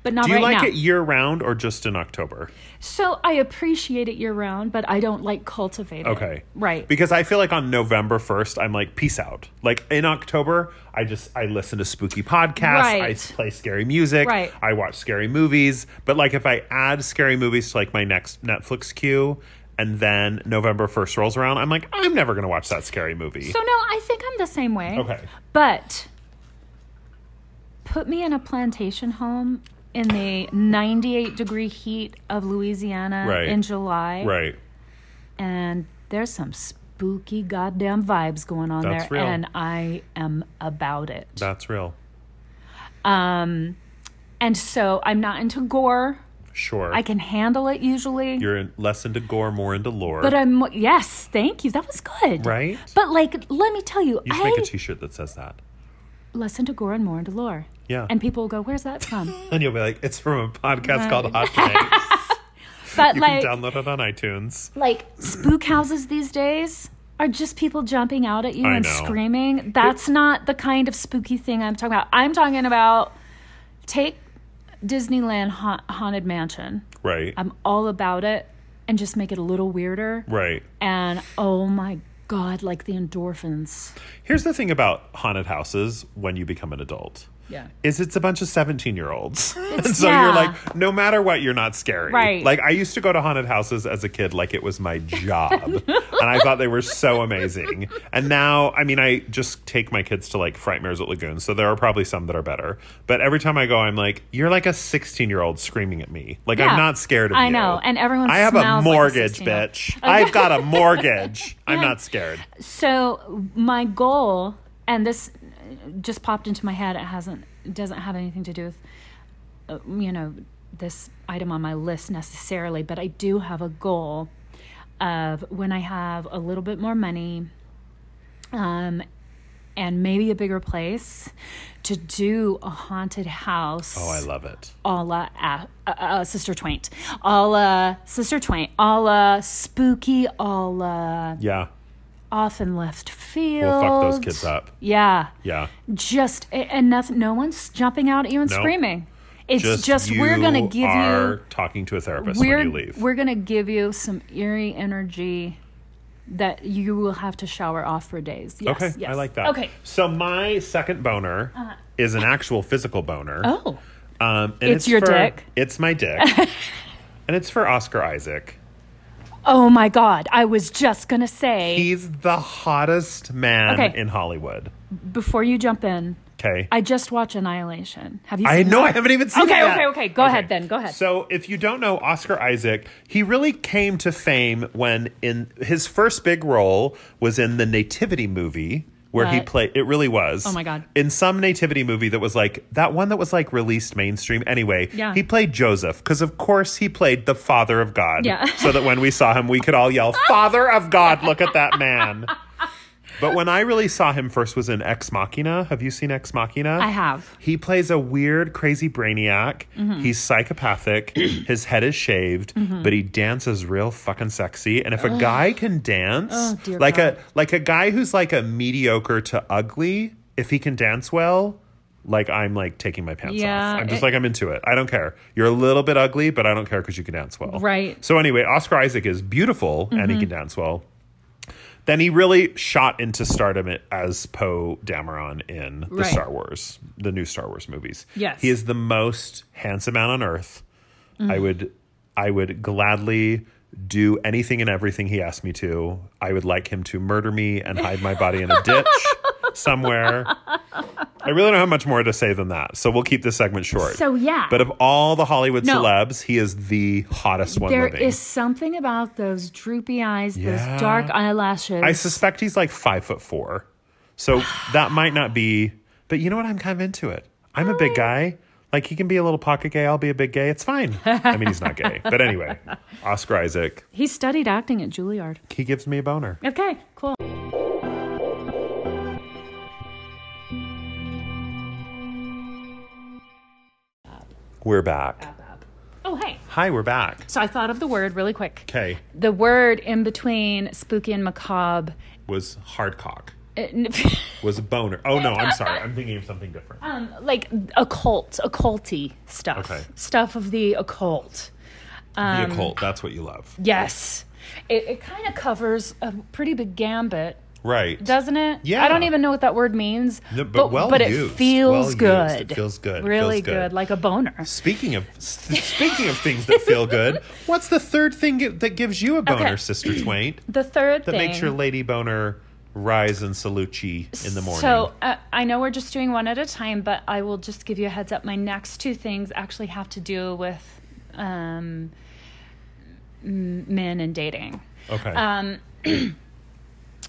[SPEAKER 2] but not
[SPEAKER 1] Do you
[SPEAKER 2] right
[SPEAKER 1] like
[SPEAKER 2] now.
[SPEAKER 1] it year round or just in October?
[SPEAKER 2] So I appreciate it year round, but I don't like cultivate it.
[SPEAKER 1] Okay.
[SPEAKER 2] right.
[SPEAKER 1] Because I feel like on November 1st, I'm like, peace out. Like in October, I just, I listen to spooky podcasts. I
[SPEAKER 2] Right.
[SPEAKER 1] play scary music.
[SPEAKER 2] Right.
[SPEAKER 1] I watch scary movies. But like if I add scary movies to like my next Netflix queue and then November 1st rolls around, I'm like, I'm never going to watch that scary movie.
[SPEAKER 2] so no, I think I'm the same way.
[SPEAKER 1] okay.
[SPEAKER 2] But put me in a plantation home in the 98 degree heat of Louisiana
[SPEAKER 1] Right.
[SPEAKER 2] in July.
[SPEAKER 1] Right.
[SPEAKER 2] And there's some spooky goddamn vibes going on
[SPEAKER 1] That's
[SPEAKER 2] there.
[SPEAKER 1] real.
[SPEAKER 2] And I am about it.
[SPEAKER 1] That's real.
[SPEAKER 2] Um, and so I'm not into gore.
[SPEAKER 1] Sure.
[SPEAKER 2] I can handle it usually.
[SPEAKER 1] You're in, less into gore, more into lore.
[SPEAKER 2] but uh, I'm, yes, thank you. That was good.
[SPEAKER 1] Right?
[SPEAKER 2] But like, let me tell you,
[SPEAKER 1] you should
[SPEAKER 2] I
[SPEAKER 1] make a t shirt that says that.
[SPEAKER 2] listen to gore and more into lore.
[SPEAKER 1] Yeah.
[SPEAKER 2] And people will go, where's that from?
[SPEAKER 1] And you'll be like, it's from a podcast called Hot Tank.
[SPEAKER 2] But
[SPEAKER 1] You
[SPEAKER 2] like,
[SPEAKER 1] can download it on iTunes.
[SPEAKER 2] like spook houses these days are just people jumping out at you
[SPEAKER 1] I
[SPEAKER 2] and
[SPEAKER 1] know.
[SPEAKER 2] screaming. That's not the kind of spooky thing I'm talking about. I'm talking about take Disneyland ha- Haunted Mansion.
[SPEAKER 1] Right.
[SPEAKER 2] I'm all about it and just make it a little weirder.
[SPEAKER 1] right.
[SPEAKER 2] And oh my god, like the endorphins.
[SPEAKER 1] Here's the thing about haunted houses when you become an adult.
[SPEAKER 2] Yeah.
[SPEAKER 1] Is it's a bunch of 17 year olds. And so
[SPEAKER 2] yeah.
[SPEAKER 1] you're like, no matter what, you're not scary.
[SPEAKER 2] Right.
[SPEAKER 1] Like, I used to go to haunted houses as a kid, like it was my job. and I thought they were so amazing. And now, I mean, I just take my kids to like Frightmares at Lagoon. So there are probably some that are better. But every time I go, I'm like, you're like a 16 year old screaming at me. Like,
[SPEAKER 2] Yeah.
[SPEAKER 1] I'm not scared of
[SPEAKER 2] I
[SPEAKER 1] you.
[SPEAKER 2] know, and everyone
[SPEAKER 1] I have a
[SPEAKER 2] smells like a
[SPEAKER 1] mortgage,
[SPEAKER 2] 16-year-old.
[SPEAKER 1] bitch. I've got a mortgage. I'm not scared.
[SPEAKER 2] So my goal, and this just popped into my head. It hasn't it doesn't have anything to do with uh, you know this item on my list necessarily, but I do have a goal of when I have a little bit more money, um, and maybe a bigger place to do a haunted house
[SPEAKER 1] Oh, I love it.
[SPEAKER 2] a la uh, uh, uh, Sister Twain, a la Sister Twain, a la spooky, a la
[SPEAKER 1] Yeah.
[SPEAKER 2] off and left field.
[SPEAKER 1] We'll fuck those kids up.
[SPEAKER 2] Yeah,
[SPEAKER 1] Yeah.
[SPEAKER 2] just a- enough. No one's jumping out at you and
[SPEAKER 1] No.
[SPEAKER 2] screaming. It's just, we're
[SPEAKER 1] you
[SPEAKER 2] gonna give
[SPEAKER 1] are
[SPEAKER 2] you
[SPEAKER 1] talking to a therapist
[SPEAKER 2] we're
[SPEAKER 1] when you leave.
[SPEAKER 2] we're gonna give you some eerie energy that you will have to shower off for days. Yes,
[SPEAKER 1] okay,
[SPEAKER 2] yes.
[SPEAKER 1] I like that.
[SPEAKER 2] Okay. Uh-huh.
[SPEAKER 1] So my second boner is an actual physical boner.
[SPEAKER 2] Oh,
[SPEAKER 1] Um, and
[SPEAKER 2] It's your
[SPEAKER 1] for-
[SPEAKER 2] dick?
[SPEAKER 1] It's my dick. and it's for Oscar Isaac.
[SPEAKER 2] oh my God! I was just gonna say
[SPEAKER 1] He's the hottest man
[SPEAKER 2] Okay.
[SPEAKER 1] in Hollywood.
[SPEAKER 2] before you jump in.
[SPEAKER 1] Okay.
[SPEAKER 2] I just watched Annihilation. Have you?
[SPEAKER 1] I
[SPEAKER 2] Seen
[SPEAKER 1] know I haven't even seen
[SPEAKER 2] Okay,
[SPEAKER 1] it yet.
[SPEAKER 2] okay, okay. Go ahead then. Go ahead.
[SPEAKER 1] So, if you don't know Oscar Isaac, he really came to fame when in his first big role was in the Nativity movie where he
[SPEAKER 2] What?
[SPEAKER 1] played it really was.
[SPEAKER 2] Oh my God.
[SPEAKER 1] In some Nativity movie that was like that one that was like released mainstream anyway.
[SPEAKER 2] Yeah.
[SPEAKER 1] He played Joseph cuz of course he played the father of God.
[SPEAKER 2] Yeah.
[SPEAKER 1] so that when we saw him we could all yell, "Father of God, look at that man." But when I really saw him first was in Ex Machina. Have you seen Ex Machina?
[SPEAKER 2] I have.
[SPEAKER 1] He plays a weird, crazy brainiac.
[SPEAKER 2] Mm-hmm.
[SPEAKER 1] He's psychopathic. His head is shaved, but he dances real fucking sexy. And if a guy can dance,
[SPEAKER 2] Oh, dear
[SPEAKER 1] like a
[SPEAKER 2] God.
[SPEAKER 1] like a guy who's like a mediocre to ugly, if he can dance well, like I'm like taking my pants
[SPEAKER 2] Yeah,
[SPEAKER 1] off. I'm just
[SPEAKER 2] it-
[SPEAKER 1] like I'm into it. I don't care. You're a little bit ugly, but I don't care because you can dance well.
[SPEAKER 2] Right. Mm-hmm.
[SPEAKER 1] So anyway, Oscar Isaac is beautiful and he can dance well. Then he really shot into stardom as Poe Dameron in the
[SPEAKER 2] Right.
[SPEAKER 1] Star Wars, the new Star Wars movies.
[SPEAKER 2] Yes. Mm-hmm.
[SPEAKER 1] he is the most handsome man on earth. I would, I would gladly do anything and everything he asked me to. I would like him to murder me and hide my body in a ditch somewhere. I really don't have much more to say than that, so we'll keep this segment short.
[SPEAKER 2] So, yeah.
[SPEAKER 1] but of all the Hollywood
[SPEAKER 2] No.
[SPEAKER 1] celebs, he is the hottest one
[SPEAKER 2] There
[SPEAKER 1] living.
[SPEAKER 2] is something about those droopy eyes,
[SPEAKER 1] Yeah.
[SPEAKER 2] those dark eyelashes.
[SPEAKER 1] I suspect he's like five foot four. So that might not be, but you know what? I'm kind of into it. I'm a big guy. Like he can be a little pocket gay. I'll be a big gay. It's fine. I mean, he's not gay. But anyway, Oscar Isaac,
[SPEAKER 2] he studied acting at Juilliard.
[SPEAKER 1] he gives me a boner.
[SPEAKER 2] Okay, cool.
[SPEAKER 1] We're back.
[SPEAKER 2] Oh, hey.
[SPEAKER 1] Hi, we're back.
[SPEAKER 2] So I thought of the word really quick.
[SPEAKER 1] Okay.
[SPEAKER 2] The word in between spooky and macabre. eh,
[SPEAKER 1] Was hard cock.
[SPEAKER 2] it-
[SPEAKER 1] Was a boner. Oh, no, I'm sorry. I'm thinking of something different.
[SPEAKER 2] um, like occult, occulty stuff.
[SPEAKER 1] Okay.
[SPEAKER 2] Stuff of the occult. Um,
[SPEAKER 1] the occult. That's what you love.
[SPEAKER 2] Yes. It, it kind of covers a pretty big gambit.
[SPEAKER 1] Right.
[SPEAKER 2] Doesn't it?
[SPEAKER 1] Yeah.
[SPEAKER 2] I don't even know what that word means.
[SPEAKER 1] No, but well
[SPEAKER 2] it
[SPEAKER 1] used. Well
[SPEAKER 2] feels
[SPEAKER 1] used.
[SPEAKER 2] good.
[SPEAKER 1] It feels good. It
[SPEAKER 2] Really
[SPEAKER 1] feels good.
[SPEAKER 2] like a boner.
[SPEAKER 1] Speaking of speaking of things that feel good, what's the third thing gi- that gives you a boner,
[SPEAKER 2] Okay.
[SPEAKER 1] Sister Twain?
[SPEAKER 2] The third
[SPEAKER 1] That
[SPEAKER 2] thing
[SPEAKER 1] makes your lady boner rise and salute ye in the morning.
[SPEAKER 2] So uh, I know we're just doing one at a time, but I will just give you a heads up. My next two things actually have to do with um, m- men and dating.
[SPEAKER 1] okay.
[SPEAKER 2] Um,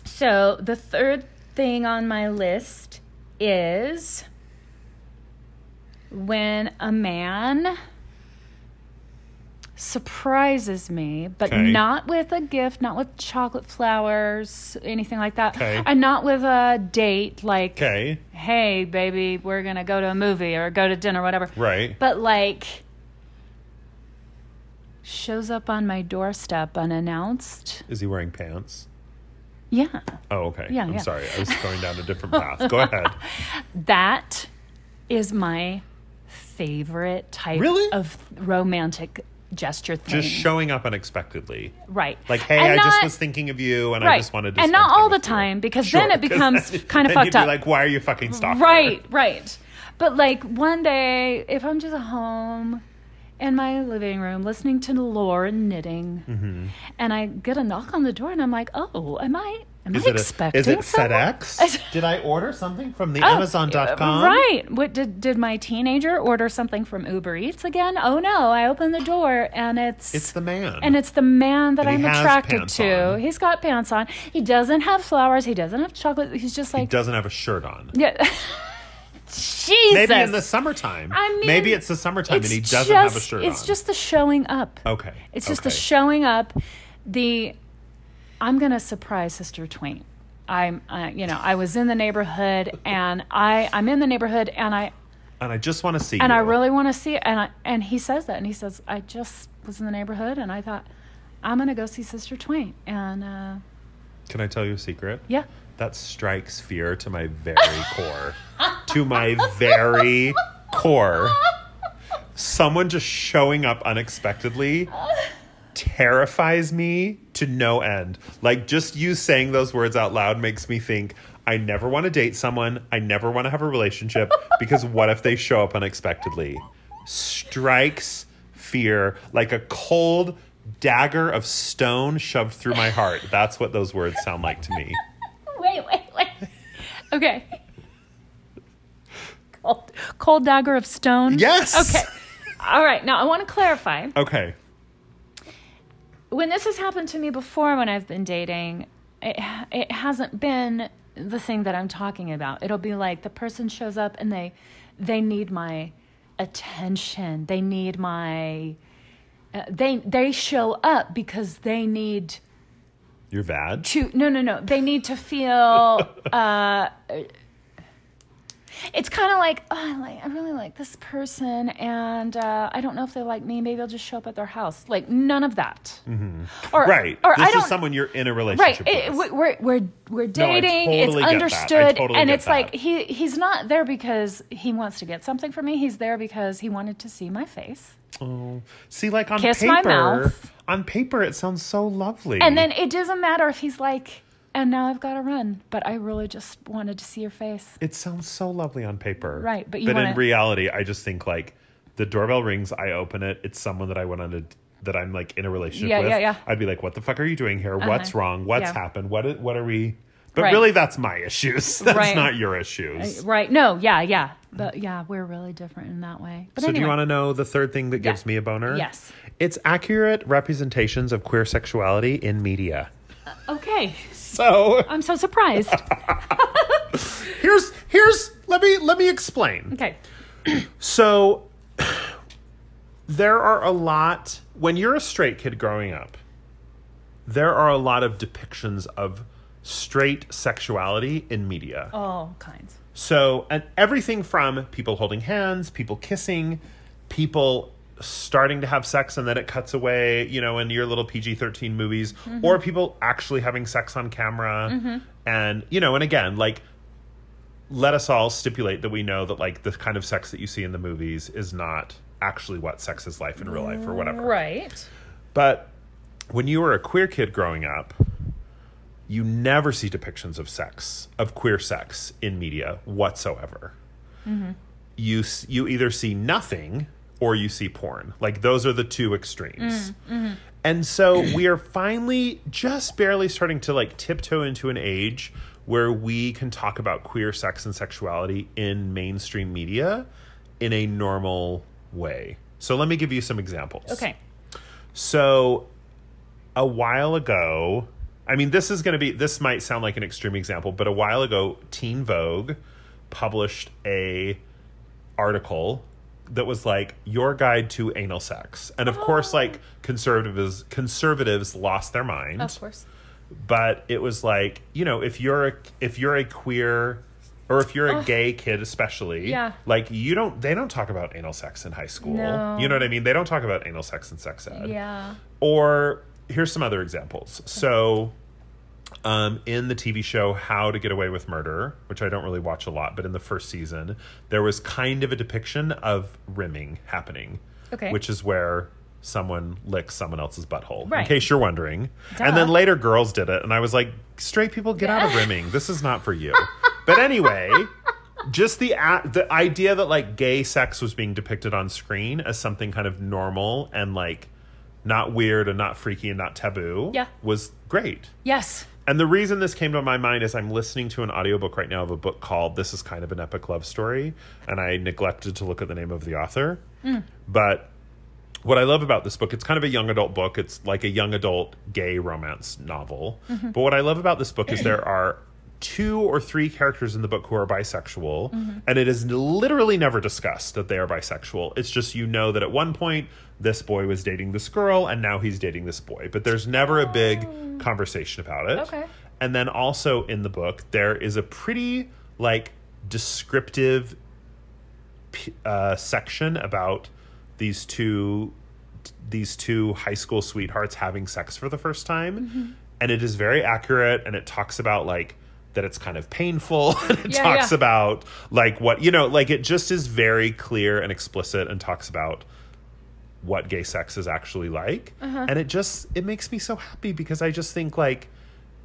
[SPEAKER 2] so the third thing on my list is when a man surprises me, but
[SPEAKER 1] Okay.
[SPEAKER 2] not with a gift, not with chocolate flowers, anything like that,
[SPEAKER 1] Okay.
[SPEAKER 2] and not with a date like,
[SPEAKER 1] okay.
[SPEAKER 2] "Hey, baby, we're gonna go to a movie or go to dinner, whatever."
[SPEAKER 1] Right.
[SPEAKER 2] but like shows up on my doorstep unannounced.
[SPEAKER 1] Is he wearing pants?
[SPEAKER 2] Yeah.
[SPEAKER 1] Oh, okay.
[SPEAKER 2] Yeah,
[SPEAKER 1] I'm
[SPEAKER 2] yeah.
[SPEAKER 1] sorry. I was going down a different path. Go ahead.
[SPEAKER 2] That is my favorite type
[SPEAKER 1] Really?
[SPEAKER 2] of romantic gesture thing.
[SPEAKER 1] Just showing up unexpectedly.
[SPEAKER 2] right.
[SPEAKER 1] Like, hey,
[SPEAKER 2] And
[SPEAKER 1] I just
[SPEAKER 2] not-
[SPEAKER 1] was thinking of you and I
[SPEAKER 2] right.
[SPEAKER 1] just wanted to
[SPEAKER 2] And
[SPEAKER 1] spend
[SPEAKER 2] not all the
[SPEAKER 1] with you.
[SPEAKER 2] time, because then it
[SPEAKER 1] 'cause
[SPEAKER 2] becomes
[SPEAKER 1] then-
[SPEAKER 2] kinda
[SPEAKER 1] then
[SPEAKER 2] fucked
[SPEAKER 1] you'd be
[SPEAKER 2] up.
[SPEAKER 1] like, why are you fucking stalking? her?
[SPEAKER 2] Right, right. But like one day, if I'm just home in my living room listening to Lauren knitting,
[SPEAKER 1] Mm-hmm.
[SPEAKER 2] and I get a knock on the door, and I'm like, oh, am I? Am
[SPEAKER 1] Is
[SPEAKER 2] I
[SPEAKER 1] it, a,
[SPEAKER 2] expecting
[SPEAKER 1] is it
[SPEAKER 2] someone?
[SPEAKER 1] FedEx? Did I order something from the
[SPEAKER 2] Oh,
[SPEAKER 1] Amazon.com?
[SPEAKER 2] Right. What did did my teenager order something from Uber Eats again? Oh no! I open the door and it's
[SPEAKER 1] It's the man.
[SPEAKER 2] and it's the man that
[SPEAKER 1] And
[SPEAKER 2] I'm
[SPEAKER 1] he has
[SPEAKER 2] attracted
[SPEAKER 1] pants
[SPEAKER 2] to.
[SPEAKER 1] on.
[SPEAKER 2] He's got pants on. He doesn't have flowers. He doesn't have chocolate. He's just
[SPEAKER 1] he
[SPEAKER 2] like
[SPEAKER 1] doesn't have a shirt on.
[SPEAKER 2] yeah. Jesus.
[SPEAKER 1] Maybe in the summertime.
[SPEAKER 2] I mean,
[SPEAKER 1] maybe it's the summertime and
[SPEAKER 2] It's
[SPEAKER 1] he doesn't have a
[SPEAKER 2] just-
[SPEAKER 1] shirt on. Oh,
[SPEAKER 2] It's just the showing up.
[SPEAKER 1] okay.
[SPEAKER 2] It's just the
[SPEAKER 1] okay.
[SPEAKER 2] showing up. The I'm gonna surprise Sister Twain. I'm, uh, you know, I was in the neighborhood and I, I'm in the neighborhood and I,
[SPEAKER 1] And I just want to see
[SPEAKER 2] and
[SPEAKER 1] you.
[SPEAKER 2] I really want to see it. And I, and he says that, and he says, I just was in the neighborhood and I thought, I'm going to go see Sister Twain. And, uh,
[SPEAKER 1] Can I tell you a secret?
[SPEAKER 2] yeah.
[SPEAKER 1] That strikes fear to my very core. to my very core. Someone just showing up unexpectedly terrifies me to no end. Like, just you saying those words out loud makes me think I never want to date someone. I never want to have a relationship because what if they show up unexpectedly? Strikes fear like a cold dagger of stone shoved through my heart. That's what those words sound like to me.
[SPEAKER 2] Wait, wait, wait. Okay. Cold, cold dagger of stone.
[SPEAKER 1] Yes.
[SPEAKER 2] Okay. All right. Now I want to clarify.
[SPEAKER 1] Okay.
[SPEAKER 2] when this has happened to me before when I've been dating, it, it hasn't been the thing that I'm talking about. It'll be like the person shows up and they they need my attention. They need my uh, they they show up because they need
[SPEAKER 1] You're bad.
[SPEAKER 2] to no no no they need to feel uh it's kind of like oh I like I really like this person and uh, I don't know if they like me maybe I'll just show up at their house like none of that or
[SPEAKER 1] Mm-hmm. Right.
[SPEAKER 2] or
[SPEAKER 1] this
[SPEAKER 2] I don't
[SPEAKER 1] is someone you're in a
[SPEAKER 2] right
[SPEAKER 1] relationship
[SPEAKER 2] it,
[SPEAKER 1] with.
[SPEAKER 2] we- we're we're we're
[SPEAKER 1] I
[SPEAKER 2] dating
[SPEAKER 1] totally
[SPEAKER 2] it's
[SPEAKER 1] get that. I
[SPEAKER 2] understood
[SPEAKER 1] totally
[SPEAKER 2] and
[SPEAKER 1] get
[SPEAKER 2] it's like
[SPEAKER 1] that.
[SPEAKER 2] he he's not there because he wants to get something from me he's there because he wanted to see my face
[SPEAKER 1] Oh. See, like on
[SPEAKER 2] Kiss
[SPEAKER 1] paper,
[SPEAKER 2] my mouth.
[SPEAKER 1] on paper, it sounds so lovely.
[SPEAKER 2] and then it doesn't matter if he's like and now I've got to run but I really just wanted to see your face
[SPEAKER 1] it sounds so lovely on paper.
[SPEAKER 2] Right, but you
[SPEAKER 1] but in
[SPEAKER 2] wanna-
[SPEAKER 1] reality, I just think like the doorbell rings. I open it. It's someone that I went on a that I'm like in a relationship
[SPEAKER 2] Yeah,
[SPEAKER 1] with.
[SPEAKER 2] yeah, yeah.
[SPEAKER 1] I'd be like, what the fuck are you doing here? What's wrong? What's
[SPEAKER 2] Yeah.
[SPEAKER 1] happened? What i- what are we? But
[SPEAKER 2] Right.
[SPEAKER 1] really, that's my issues. That's
[SPEAKER 2] Right.
[SPEAKER 1] not your issues.
[SPEAKER 2] Uh, Right. No, yeah, yeah. But yeah, we're really different in that way. But
[SPEAKER 1] So,
[SPEAKER 2] anyway,
[SPEAKER 1] do you want to know the third thing that
[SPEAKER 2] Yeah.
[SPEAKER 1] gives me a boner?
[SPEAKER 2] Yes.
[SPEAKER 1] It's accurate representations of queer sexuality in media.
[SPEAKER 2] okay.
[SPEAKER 1] So
[SPEAKER 2] I'm so surprised.
[SPEAKER 1] here's here's let me let me explain.
[SPEAKER 2] okay.
[SPEAKER 1] So there are a lot when you're a straight kid growing up, there are a lot of depictions of straight sexuality in media.
[SPEAKER 2] All kinds.
[SPEAKER 1] So, and everything from people holding hands, people kissing, people starting to have sex and then it cuts away, you know, in your little PG 13 movies, or people actually having sex on camera. And, you know, and again, like, let us all stipulate that we know that, like, the kind of sex that you see in the movies is not actually what sex is life in real life or whatever.
[SPEAKER 2] Right.
[SPEAKER 1] But when you were a queer kid growing up, you never see depictions of sex, of queer sex in media whatsoever. You s You either see nothing or you see porn. Like those are the two extremes. And so we are finally just barely starting to like tiptoe into an age where we can talk about queer sex and sexuality in mainstream media in a normal way. So let me give you some examples.
[SPEAKER 2] Okay.
[SPEAKER 1] So a while ago, I mean this is going to be this might sound like an extreme example, but a while ago Teen Vogue published a article that was like your guide to anal sex. And of course like conservatives conservatives lost their mind
[SPEAKER 2] Oh. Of course.
[SPEAKER 1] but it was like you know if you're a if you're a queer or if you're a gay kid especially
[SPEAKER 2] Yeah.
[SPEAKER 1] like you don't they don't talk about anal sex in high school
[SPEAKER 2] No.
[SPEAKER 1] you know what i mean they don't talk about anal sex in sex ed
[SPEAKER 2] Yeah.
[SPEAKER 1] or here's some other examples so um, in the tv show how to get away with murder which i don't really watch a lot but in the first season there was kind of a depiction of rimming happening
[SPEAKER 2] Okay.
[SPEAKER 1] which is where someone licks someone else's butthole in
[SPEAKER 2] Right.
[SPEAKER 1] case you're wondering
[SPEAKER 2] Duh.
[SPEAKER 1] and then later girls did it and i was like straight people get out of rimming this is not for you but anyway just the a- the idea that like gay sex was being depicted on screen as something kind of normal and like not weird and not freaky and not taboo
[SPEAKER 2] Yeah.
[SPEAKER 1] was great
[SPEAKER 2] Yes.
[SPEAKER 1] and the reason this came to my mind is I'm listening to an audiobook right now of a book called This is Kind of an Epic Love Story. And I neglected to look at the name of the author. But what I love about this book, it's kind of a young adult book. It's like a young adult gay romance novel. But what I love about this book is there are two or three characters in the book who are bisexual, and it is literally never discussed that they are bisexual. It's just you know that at one point this boy was dating this girl, and now he's dating this boy. But there's never a big conversation about it.
[SPEAKER 2] Okay.
[SPEAKER 1] And then also in the book, there is a pretty like descriptive p- uh, section about these two these two high school sweethearts having sex for the first time.
[SPEAKER 2] Mm-hmm.
[SPEAKER 1] And it is very accurate and it talks about like that it's kind of painful and it
[SPEAKER 2] Yeah,
[SPEAKER 1] talks
[SPEAKER 2] yeah.
[SPEAKER 1] about like what you know, like it just is very clear and explicit and talks about what gay sex is actually like.
[SPEAKER 2] Uh-huh.
[SPEAKER 1] And it just it makes me so happy because I just think like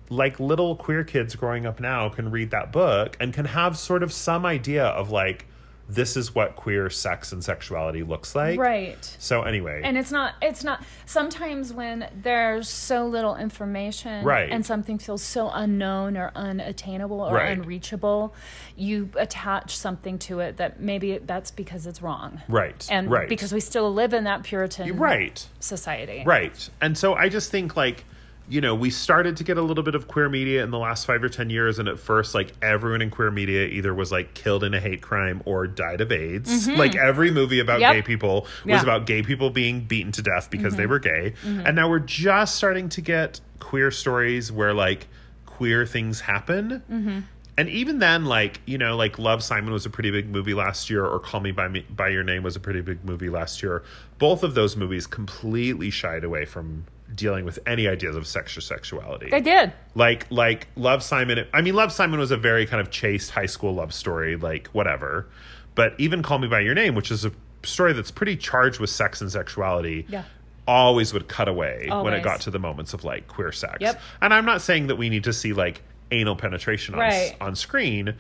[SPEAKER 1] like little queer kids growing up now can read that book and can have sort of some idea of like this is what queer sex and sexuality looks like.
[SPEAKER 2] right.
[SPEAKER 1] So anyway,
[SPEAKER 2] And it's not it's not sometimes when there's so little information
[SPEAKER 1] Right.
[SPEAKER 2] and something feels so unknown or unattainable or
[SPEAKER 1] Right.
[SPEAKER 2] unreachable, you attach something to it that maybe that's because it's wrong.
[SPEAKER 1] right,
[SPEAKER 2] And
[SPEAKER 1] right,
[SPEAKER 2] because we still live in that Puritan
[SPEAKER 1] right,
[SPEAKER 2] society.
[SPEAKER 1] right. And so I just think like you know we started to get a little bit of queer media in the last five or ten years, and at first like everyone in queer media either was like killed in a hate crime or died of AIDS. Like every movie about
[SPEAKER 2] Mm-hmm. Yep.
[SPEAKER 1] gay people was
[SPEAKER 2] Yeah.
[SPEAKER 1] about gay people being beaten to death because they were gay, and now we're just starting to get queer stories where like queer things happen. and even then like you know like love simon was a pretty big movie last year or call me by me by your name was a pretty big movie last year both of those movies completely shied away from dealing with any ideas of sex or sexuality
[SPEAKER 2] They did.
[SPEAKER 1] like like love simon i mean love simon was a very kind of chaste high school love story like whatever but even call me by your name which is a story that's pretty charged with sex and sexuality
[SPEAKER 2] Yeah.
[SPEAKER 1] always would cut away when it
[SPEAKER 2] Always.
[SPEAKER 1] got to the moments of like queer sex
[SPEAKER 2] Yep.
[SPEAKER 1] and i'm not saying that we need to see like anal penetration on, s-
[SPEAKER 2] Right.
[SPEAKER 1] on screen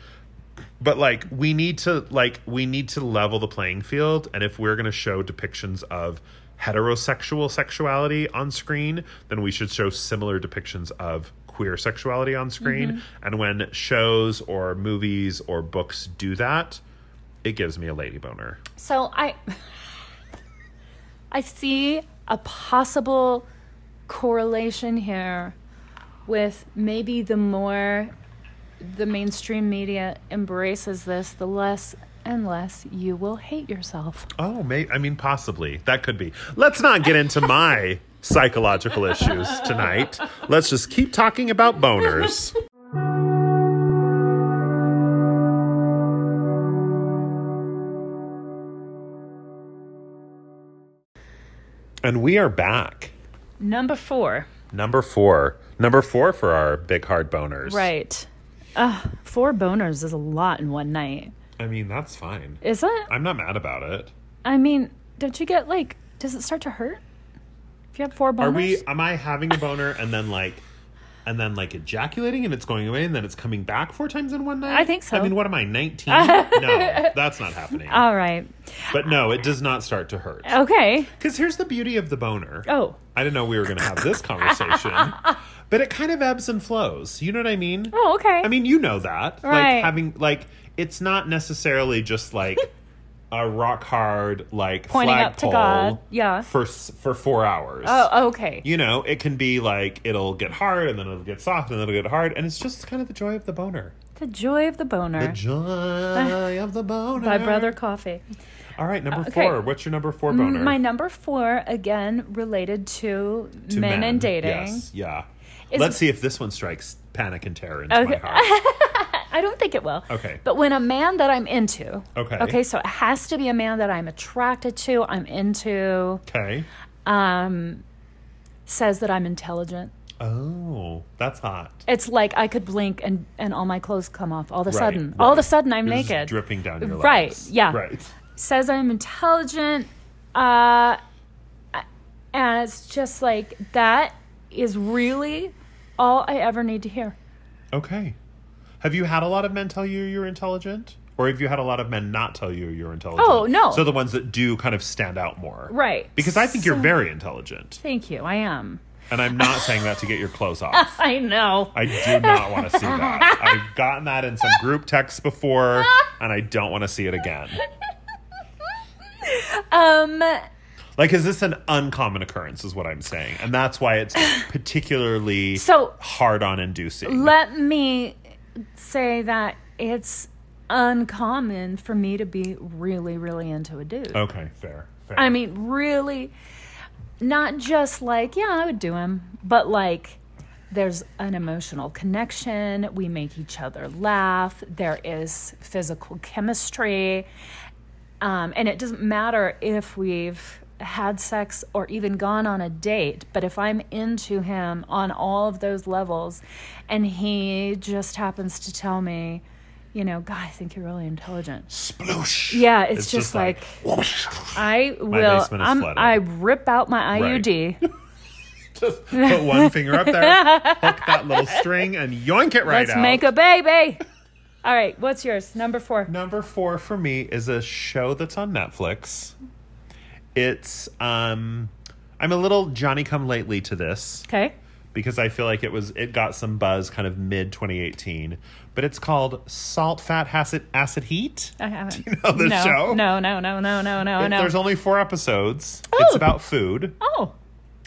[SPEAKER 1] but like we need to like we need to level the playing field and if we're going to show depictions of heterosexual sexuality on screen then we should show similar depictions of queer sexuality on screen and when shows or movies or books do that it gives me a lady boner
[SPEAKER 2] So I I see a possible correlation here with maybe the more the mainstream media embraces this, the less and less you will hate yourself.
[SPEAKER 1] oh may i mean possibly that could be let's not get into my psychological issues tonight let's just keep talking about boners and we are back
[SPEAKER 2] Number 4.
[SPEAKER 1] Number four. Number four for our big hard boners.
[SPEAKER 2] Right. Ugh, Uh, four boners is a lot in one night.
[SPEAKER 1] I mean, that's fine.
[SPEAKER 2] Is it?
[SPEAKER 1] I'm not mad about it.
[SPEAKER 2] I mean, don't you get like does it start to hurt? If you have four boners?
[SPEAKER 1] Are we, am I having a boner and then like, and then like ejaculating and it's going away and then it's coming back four times in one night?
[SPEAKER 2] I think so. Uh,
[SPEAKER 1] I mean, what am I, 19? no, that's not happening.
[SPEAKER 2] All right.
[SPEAKER 1] but no, it does not start to hurt.
[SPEAKER 2] Okay.
[SPEAKER 1] Because here's the beauty of the boner.
[SPEAKER 2] Oh.
[SPEAKER 1] I didn't know we were going to have this conversation, but it kind of ebbs and flows. You know what I mean?
[SPEAKER 2] Oh, okay.
[SPEAKER 1] I mean, you know that.
[SPEAKER 2] Right.
[SPEAKER 1] Like having like it's not necessarily just like a rock hard like
[SPEAKER 2] Pointing up to
[SPEAKER 1] flagpole
[SPEAKER 2] God, yeah.
[SPEAKER 1] For s- for 4 hours.
[SPEAKER 2] Oh, okay.
[SPEAKER 1] You know, it can be like it'll get hard and then it'll get soft and then it'll get hard and it's just kind of the joy of the boner.
[SPEAKER 2] The joy of the boner.
[SPEAKER 1] The joy of the boner.
[SPEAKER 2] by Brother Coffee.
[SPEAKER 1] All right, number
[SPEAKER 2] okay.
[SPEAKER 1] 4. What's your number 4 boner?
[SPEAKER 2] My number four, again, related to,
[SPEAKER 1] To
[SPEAKER 2] men, and dating.
[SPEAKER 1] Yes. Yeah.
[SPEAKER 2] Is-
[SPEAKER 1] Let's see if this one strikes panic and terror into my
[SPEAKER 2] Okay.
[SPEAKER 1] heart.
[SPEAKER 2] I don't think it will.
[SPEAKER 1] Okay.
[SPEAKER 2] But when a man that I'm into,
[SPEAKER 1] Okay.
[SPEAKER 2] okay, so it has to be a man that I'm attracted to, I'm into,
[SPEAKER 1] Okay.
[SPEAKER 2] um, says that I'm intelligent.
[SPEAKER 1] Oh, that's hot.
[SPEAKER 2] It's like I could blink and, and all my clothes come off all of a
[SPEAKER 1] Right,
[SPEAKER 2] sudden. All of a
[SPEAKER 1] right.
[SPEAKER 2] sudden I'm
[SPEAKER 1] This is
[SPEAKER 2] naked.
[SPEAKER 1] dripping down your legs.
[SPEAKER 2] Right, yeah.
[SPEAKER 1] Right.
[SPEAKER 2] says I'm intelligent. Uh, and it's just like that is really all I ever need to hear.
[SPEAKER 1] Okay. Have you had a lot of men tell you you're intelligent? Or have you had a lot of men not tell you you're intelligent?
[SPEAKER 2] Oh, no.
[SPEAKER 1] So the ones that do kind of stand out more.
[SPEAKER 2] Right.
[SPEAKER 1] Because I think you're very intelligent.
[SPEAKER 2] Thank you. I am.
[SPEAKER 1] And I'm not saying that to get your clothes off.
[SPEAKER 2] I know.
[SPEAKER 1] I do not want to see that. I've gotten that in some group texts before, and I don't want to see it again.
[SPEAKER 2] Um,
[SPEAKER 1] Like, is this an uncommon occurrence, is what I'm saying. And that's why it's particularly
[SPEAKER 2] So-
[SPEAKER 1] hard on inducing.
[SPEAKER 2] let me say that it's uncommon for me to be really, really into a dude.
[SPEAKER 1] okay, fair. fair.
[SPEAKER 2] I mean, really, not just like, yeah, I would do him, but like there's an emotional connection. We make each other laugh. There is physical chemistry. Um, and it doesn't matter if we've had sex or even gone on a date, but if I'm into him on all of those levels and he just happens to tell me, you know, God, I think you're really intelligent.
[SPEAKER 1] Sploosh.
[SPEAKER 2] Yeah, it's, just, like,
[SPEAKER 1] whoosh.
[SPEAKER 2] I will.
[SPEAKER 1] basement is
[SPEAKER 2] I'm,
[SPEAKER 1] flooded.
[SPEAKER 2] I rip out my
[SPEAKER 1] Right.
[SPEAKER 2] IUD.
[SPEAKER 1] just put one finger up there, hook that little string, and yoink it right
[SPEAKER 2] Let's
[SPEAKER 1] out.
[SPEAKER 2] make a baby. All right, what's yours? Number four.
[SPEAKER 1] Number four for me is a show that's on Netflix. It's um, I'm a little Johnny Come Lately to this
[SPEAKER 2] Okay.
[SPEAKER 1] because I feel like it was it got some buzz kind of mid 2018, but it's called Salt, Fat, Acid, Acid, Heat.
[SPEAKER 2] I haven't.
[SPEAKER 1] You know this
[SPEAKER 2] no,
[SPEAKER 1] show?
[SPEAKER 2] No, no, no, no, no, no,
[SPEAKER 1] It-
[SPEAKER 2] no.
[SPEAKER 1] There's only four episodes.
[SPEAKER 2] Oh.
[SPEAKER 1] It's about food.
[SPEAKER 2] oh,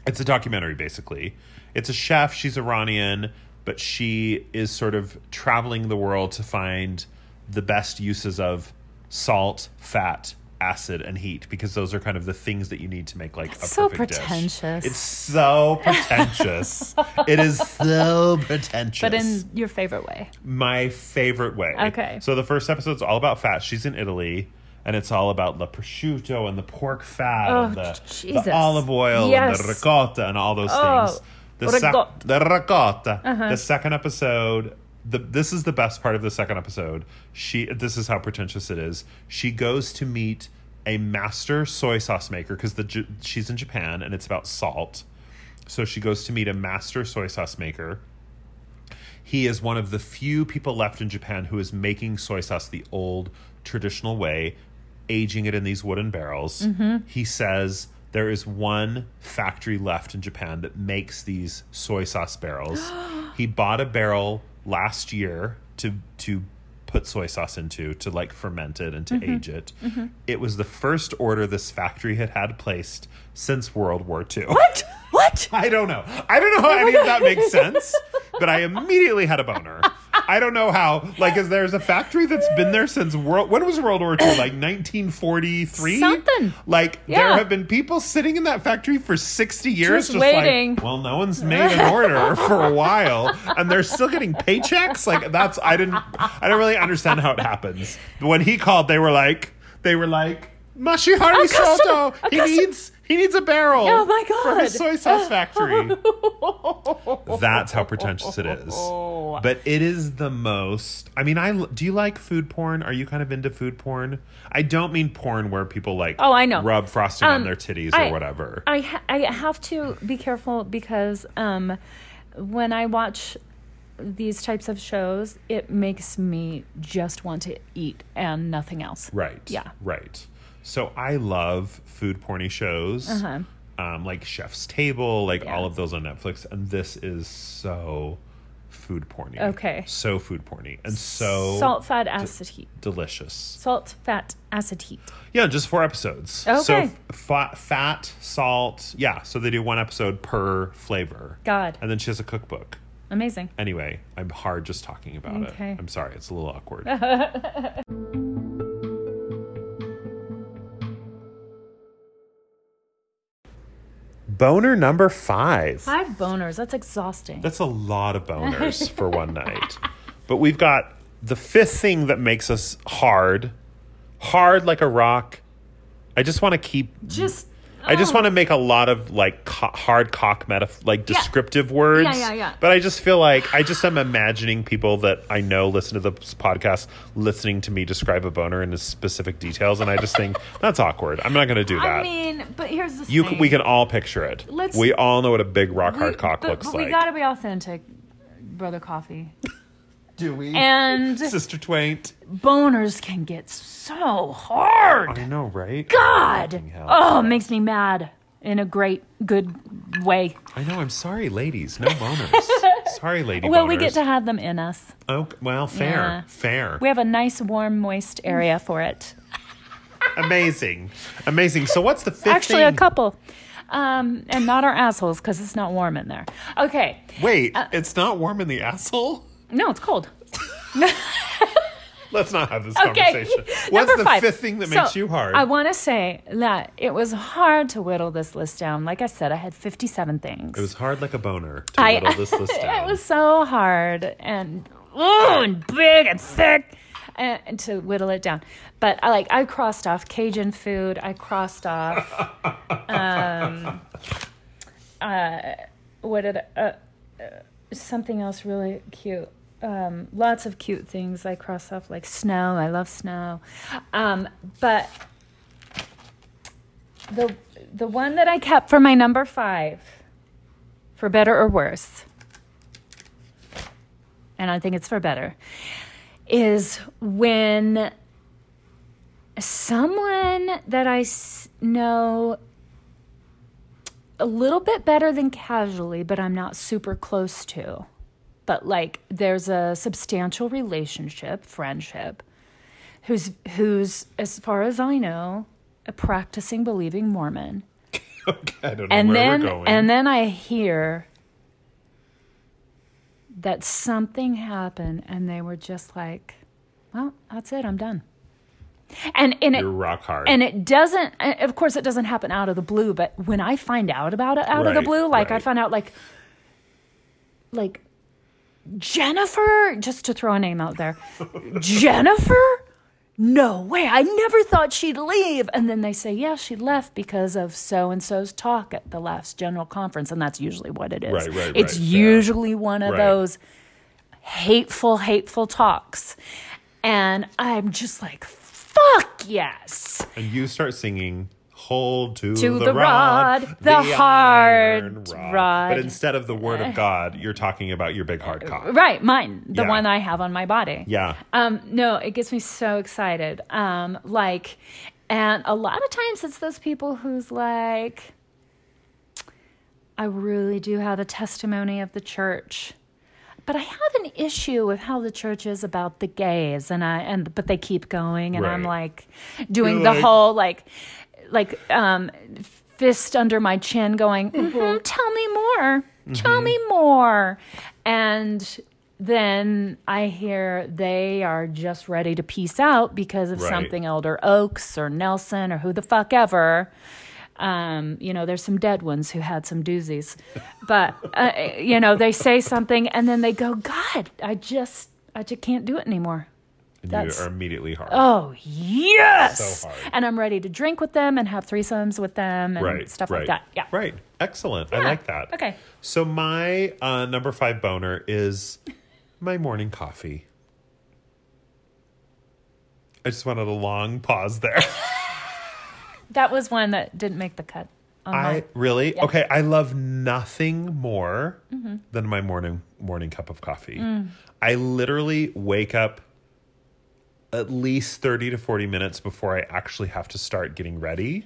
[SPEAKER 1] It's a documentary, basically. It's a chef. She's Iranian, but she is sort of traveling the world to find the best uses of salt, fat, acid, and heat because those are kind of the things that you need to make like a
[SPEAKER 2] so
[SPEAKER 1] perfect dish.
[SPEAKER 2] pretentious.
[SPEAKER 1] It's so pretentious. it is so pretentious
[SPEAKER 2] but in your favorite way.
[SPEAKER 1] my favorite way.
[SPEAKER 2] Okay.
[SPEAKER 1] So the first episode's all about fat. She's in Italy, and it's all about the prosciutto and the pork fat and
[SPEAKER 2] Oh,
[SPEAKER 1] the,
[SPEAKER 2] j-
[SPEAKER 1] the
[SPEAKER 2] Jesus.
[SPEAKER 1] olive oil
[SPEAKER 2] Yes.
[SPEAKER 1] and the ricotta and all those
[SPEAKER 2] Oh, Uh-huh.
[SPEAKER 1] things. The, sec-
[SPEAKER 2] ricotta.
[SPEAKER 1] the ricotta. The second episode. The, this is the best part of the second episode. She. This is how pretentious it is. She goes to meet a master soy sauce maker because the J- she's in Japan and it's about salt. So she goes to meet a master soy sauce maker. He is one of the few people left in Japan who is making soy sauce the old traditional way, aging it in these wooden barrels. He says there is one factory left in Japan that makes these soy sauce barrels. he bought a barrel last year to to put soy sauce into to like ferment it and to age it. It was the first order this factory had had placed since World War II.
[SPEAKER 2] What? What?
[SPEAKER 1] I don't know. I don't know how any of that makes sense, but I immediately had a boner. I don't know how. Like, is there's a factory that's been there since world? When was World War II? Like 1943.
[SPEAKER 2] Something.
[SPEAKER 1] Like there
[SPEAKER 2] Yeah.
[SPEAKER 1] have been people sitting in that factory for 60 years,
[SPEAKER 2] Just waiting.
[SPEAKER 1] Like, well, no one's made an order for a while, and they're still getting paychecks. Like that's I didn't. I don't really understand how it happens. When he called, they were like, they were like, Mashihari
[SPEAKER 2] custom-
[SPEAKER 1] Soto.
[SPEAKER 2] a
[SPEAKER 1] He
[SPEAKER 2] custom-
[SPEAKER 1] needs he needs a barrel.
[SPEAKER 2] Oh, my
[SPEAKER 1] For his
[SPEAKER 2] God.
[SPEAKER 1] soy sauce factory. That's how pretentious it is. But it is the most. I mean, I l- do you like food porn? Are you kind of into food porn? I don't mean porn where people like
[SPEAKER 2] Oh, I know.
[SPEAKER 1] rub frosting on
[SPEAKER 2] Um,
[SPEAKER 1] their titties
[SPEAKER 2] I-
[SPEAKER 1] or whatever.
[SPEAKER 2] I ha- I have to be careful because um, when I watch these types of shows, it makes me just want to eat and nothing else.
[SPEAKER 1] right.
[SPEAKER 2] Yeah.
[SPEAKER 1] Right. So I love food porny shows.
[SPEAKER 2] Uh-huh.
[SPEAKER 1] Um, like Chef's Table, like
[SPEAKER 2] Yeah.
[SPEAKER 1] all of those on Netflix, and this is so food porny.
[SPEAKER 2] Okay.
[SPEAKER 1] So food porny and so
[SPEAKER 2] salt, fat, acid, heat.
[SPEAKER 1] delicious.
[SPEAKER 2] Salt, fat, acid, heat.
[SPEAKER 1] Yeah, just four episodes. So
[SPEAKER 2] Okay.
[SPEAKER 1] f- fat, fat, salt. Yeah, so they do one episode per flavor.
[SPEAKER 2] God.
[SPEAKER 1] And then she has a cookbook.
[SPEAKER 2] Amazing.
[SPEAKER 1] Anyway, I'm hard just talking about
[SPEAKER 2] Okay.
[SPEAKER 1] it. I'm sorry, it's a little awkward. Boner number five.
[SPEAKER 2] Five boners. That's exhausting.
[SPEAKER 1] That's a lot of boners for one night. But we've got the fifth thing that makes us hard, hard like a rock. I just want to keep.
[SPEAKER 2] just.
[SPEAKER 1] I just
[SPEAKER 2] oh.
[SPEAKER 1] want to make a lot of like co- hard cock metaf- like descriptive words.
[SPEAKER 2] Yeah, yeah, yeah.
[SPEAKER 1] But I just feel like I just am imagining people that I know listen to this podcast listening to me describe a boner in specific details, and I just think that's awkward. I'm not going to do that.
[SPEAKER 2] I mean, but here's the
[SPEAKER 1] you
[SPEAKER 2] thing.
[SPEAKER 1] c- we can all picture it.
[SPEAKER 2] Let's-
[SPEAKER 1] we all know what a big rock hard
[SPEAKER 2] We-
[SPEAKER 1] cock
[SPEAKER 2] but,
[SPEAKER 1] looks
[SPEAKER 2] but
[SPEAKER 1] like.
[SPEAKER 2] we gotta be authentic, brother. Coffee
[SPEAKER 1] do we?
[SPEAKER 2] and
[SPEAKER 1] Sister Twaint.
[SPEAKER 2] boners can get so hard.
[SPEAKER 1] I know, right?
[SPEAKER 2] God,
[SPEAKER 1] Fucking hell.
[SPEAKER 2] oh, it makes me mad in a great, good way.
[SPEAKER 1] I know. I'm sorry, ladies. No boners. sorry, lady.
[SPEAKER 2] Well, we get
[SPEAKER 1] boners.
[SPEAKER 2] to have them in us.
[SPEAKER 1] Oh, well, fair,
[SPEAKER 2] Yeah.
[SPEAKER 1] fair.
[SPEAKER 2] We have a nice, warm, moist area for it.
[SPEAKER 1] amazing, amazing. So, what's the fifth?
[SPEAKER 2] Actually, a
[SPEAKER 1] thing?
[SPEAKER 2] couple, um, and not our assholes because it's not warm in there. Okay, uh,
[SPEAKER 1] Wait, it's not warm in the asshole.
[SPEAKER 2] no, it's cold.
[SPEAKER 1] Let's not have this
[SPEAKER 2] Okay.
[SPEAKER 1] conversation.
[SPEAKER 2] Number
[SPEAKER 1] What's the
[SPEAKER 2] five.
[SPEAKER 1] fifth thing that
[SPEAKER 2] So,
[SPEAKER 1] makes you hard?
[SPEAKER 2] I want to say that it was hard to whittle this list down. Like I said, I had 57 things.
[SPEAKER 1] it was hard like a boner to
[SPEAKER 2] I-
[SPEAKER 1] whittle this list down.
[SPEAKER 2] it was so hard and ooh, and big and thick and, and to whittle it down. But I like I crossed off Cajun food. I crossed off. um, uh, what did uh, uh, something else really cute? Um, lots of cute things I crossed off like snow. I love snow, um, but the the one that I kept for my number five, for better or worse, and I think it's for better, is when someone that I s- know a little bit better than casually, but I'm not super close to, but like there's a substantial relationship, friendship, who's who's as far as I know, a practicing believing Mormon
[SPEAKER 1] I don't know
[SPEAKER 2] and
[SPEAKER 1] where
[SPEAKER 2] then
[SPEAKER 1] we're going.
[SPEAKER 2] and then I hear that something happened, and they were just like, "Well, that's it. I'm done." And and it
[SPEAKER 1] You're rock hard.
[SPEAKER 2] and it doesn't. and Of course, it doesn't happen out of the blue. But when I find out about it out of the
[SPEAKER 1] Right,
[SPEAKER 2] blue, like I
[SPEAKER 1] right.
[SPEAKER 2] found out, like like Jennifer, just to throw a name out there, Jennifer. No way. I never thought she'd leave. And then they say, yeah, she left because of so and so's talk at the last general conference. And that's usually what it is.
[SPEAKER 1] Right, right,
[SPEAKER 2] it's
[SPEAKER 1] right, yeah.
[SPEAKER 2] usually one of
[SPEAKER 1] Right.
[SPEAKER 2] those hateful, hateful talks. And I'm just like, fuck yes.
[SPEAKER 1] And you start singing Hold to,
[SPEAKER 2] To
[SPEAKER 1] the,
[SPEAKER 2] the
[SPEAKER 1] rod,
[SPEAKER 2] rod, the
[SPEAKER 1] iron
[SPEAKER 2] hard rod.
[SPEAKER 1] But instead of the word of God, you're talking about your big hard cock.
[SPEAKER 2] Right, mine, the
[SPEAKER 1] Yeah.
[SPEAKER 2] one I have on my body.
[SPEAKER 1] Yeah.
[SPEAKER 2] Um, no, it gets me so excited. Um, like, and a lot of times it's those people who's like, I really do have a testimony of the church. But I have an issue with how the church is about the gays, and I and but they keep going, and I'm
[SPEAKER 1] Right.
[SPEAKER 2] like doing
[SPEAKER 1] You're
[SPEAKER 2] the
[SPEAKER 1] like-
[SPEAKER 2] whole like, like um, fist under my chin, going,
[SPEAKER 1] Mm-hmm.
[SPEAKER 2] "Mhm, "Tell me more, tell me more," and then I hear they are just ready to peace out because of
[SPEAKER 1] Right.
[SPEAKER 2] something Elder Oaks or Nelson or who the fuck ever. Um, you know, there's some dead ones who had some doozies, but uh, you know, they say something and then they go, "God, I just, I just can't do it anymore."
[SPEAKER 1] And
[SPEAKER 2] that's-
[SPEAKER 1] you are immediately hard.
[SPEAKER 2] Oh yes,
[SPEAKER 1] So hard.
[SPEAKER 2] and I'm ready to drink with them and have threesomes with them and
[SPEAKER 1] right.
[SPEAKER 2] stuff
[SPEAKER 1] right,
[SPEAKER 2] like that. Yeah,
[SPEAKER 1] Right. Excellent. I like that.
[SPEAKER 2] Okay.
[SPEAKER 1] So my uh, number five boner is my morning coffee. I just wanted a long pause there.
[SPEAKER 2] that was one that didn't make the cut. on
[SPEAKER 1] I
[SPEAKER 2] mine.
[SPEAKER 1] really okay. I love nothing more than my morning morning cup of coffee. I literally wake up at least thirty to forty minutes before I actually have to start getting ready,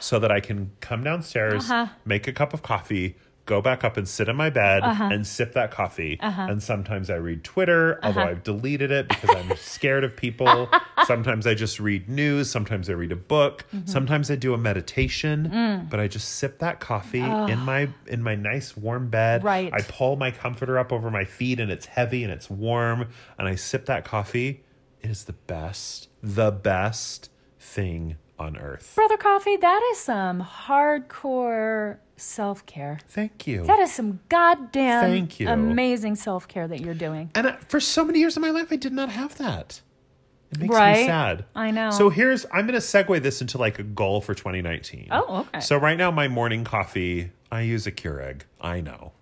[SPEAKER 1] so that I can come downstairs, make a cup of coffee. Go back up and sit in my bed and sip that coffee. And sometimes I read Twitter, although I've deleted it because I'm scared of people. Sometimes I just read news. Sometimes I read a book. Sometimes I do a meditation. But I just sip that coffee in my in my nice warm bed.
[SPEAKER 2] Right.
[SPEAKER 1] I pull my comforter up over my feet, and it's heavy and it's warm. And I sip that coffee. It is the best, the best thing on earth.
[SPEAKER 2] Brother Coffee, that is some hardcore self care.
[SPEAKER 1] Thank you.
[SPEAKER 2] That is some goddamn
[SPEAKER 1] Thank you.
[SPEAKER 2] amazing self care that you're doing.
[SPEAKER 1] And I, for so many years of my life, I did not have that. It makes me
[SPEAKER 2] Right?
[SPEAKER 1] sad.
[SPEAKER 2] I know.
[SPEAKER 1] So here's, I'm going to segue this into like a goal for 2019.
[SPEAKER 2] Oh, okay.
[SPEAKER 1] So right now, my morning coffee, I use a Keurig. I know.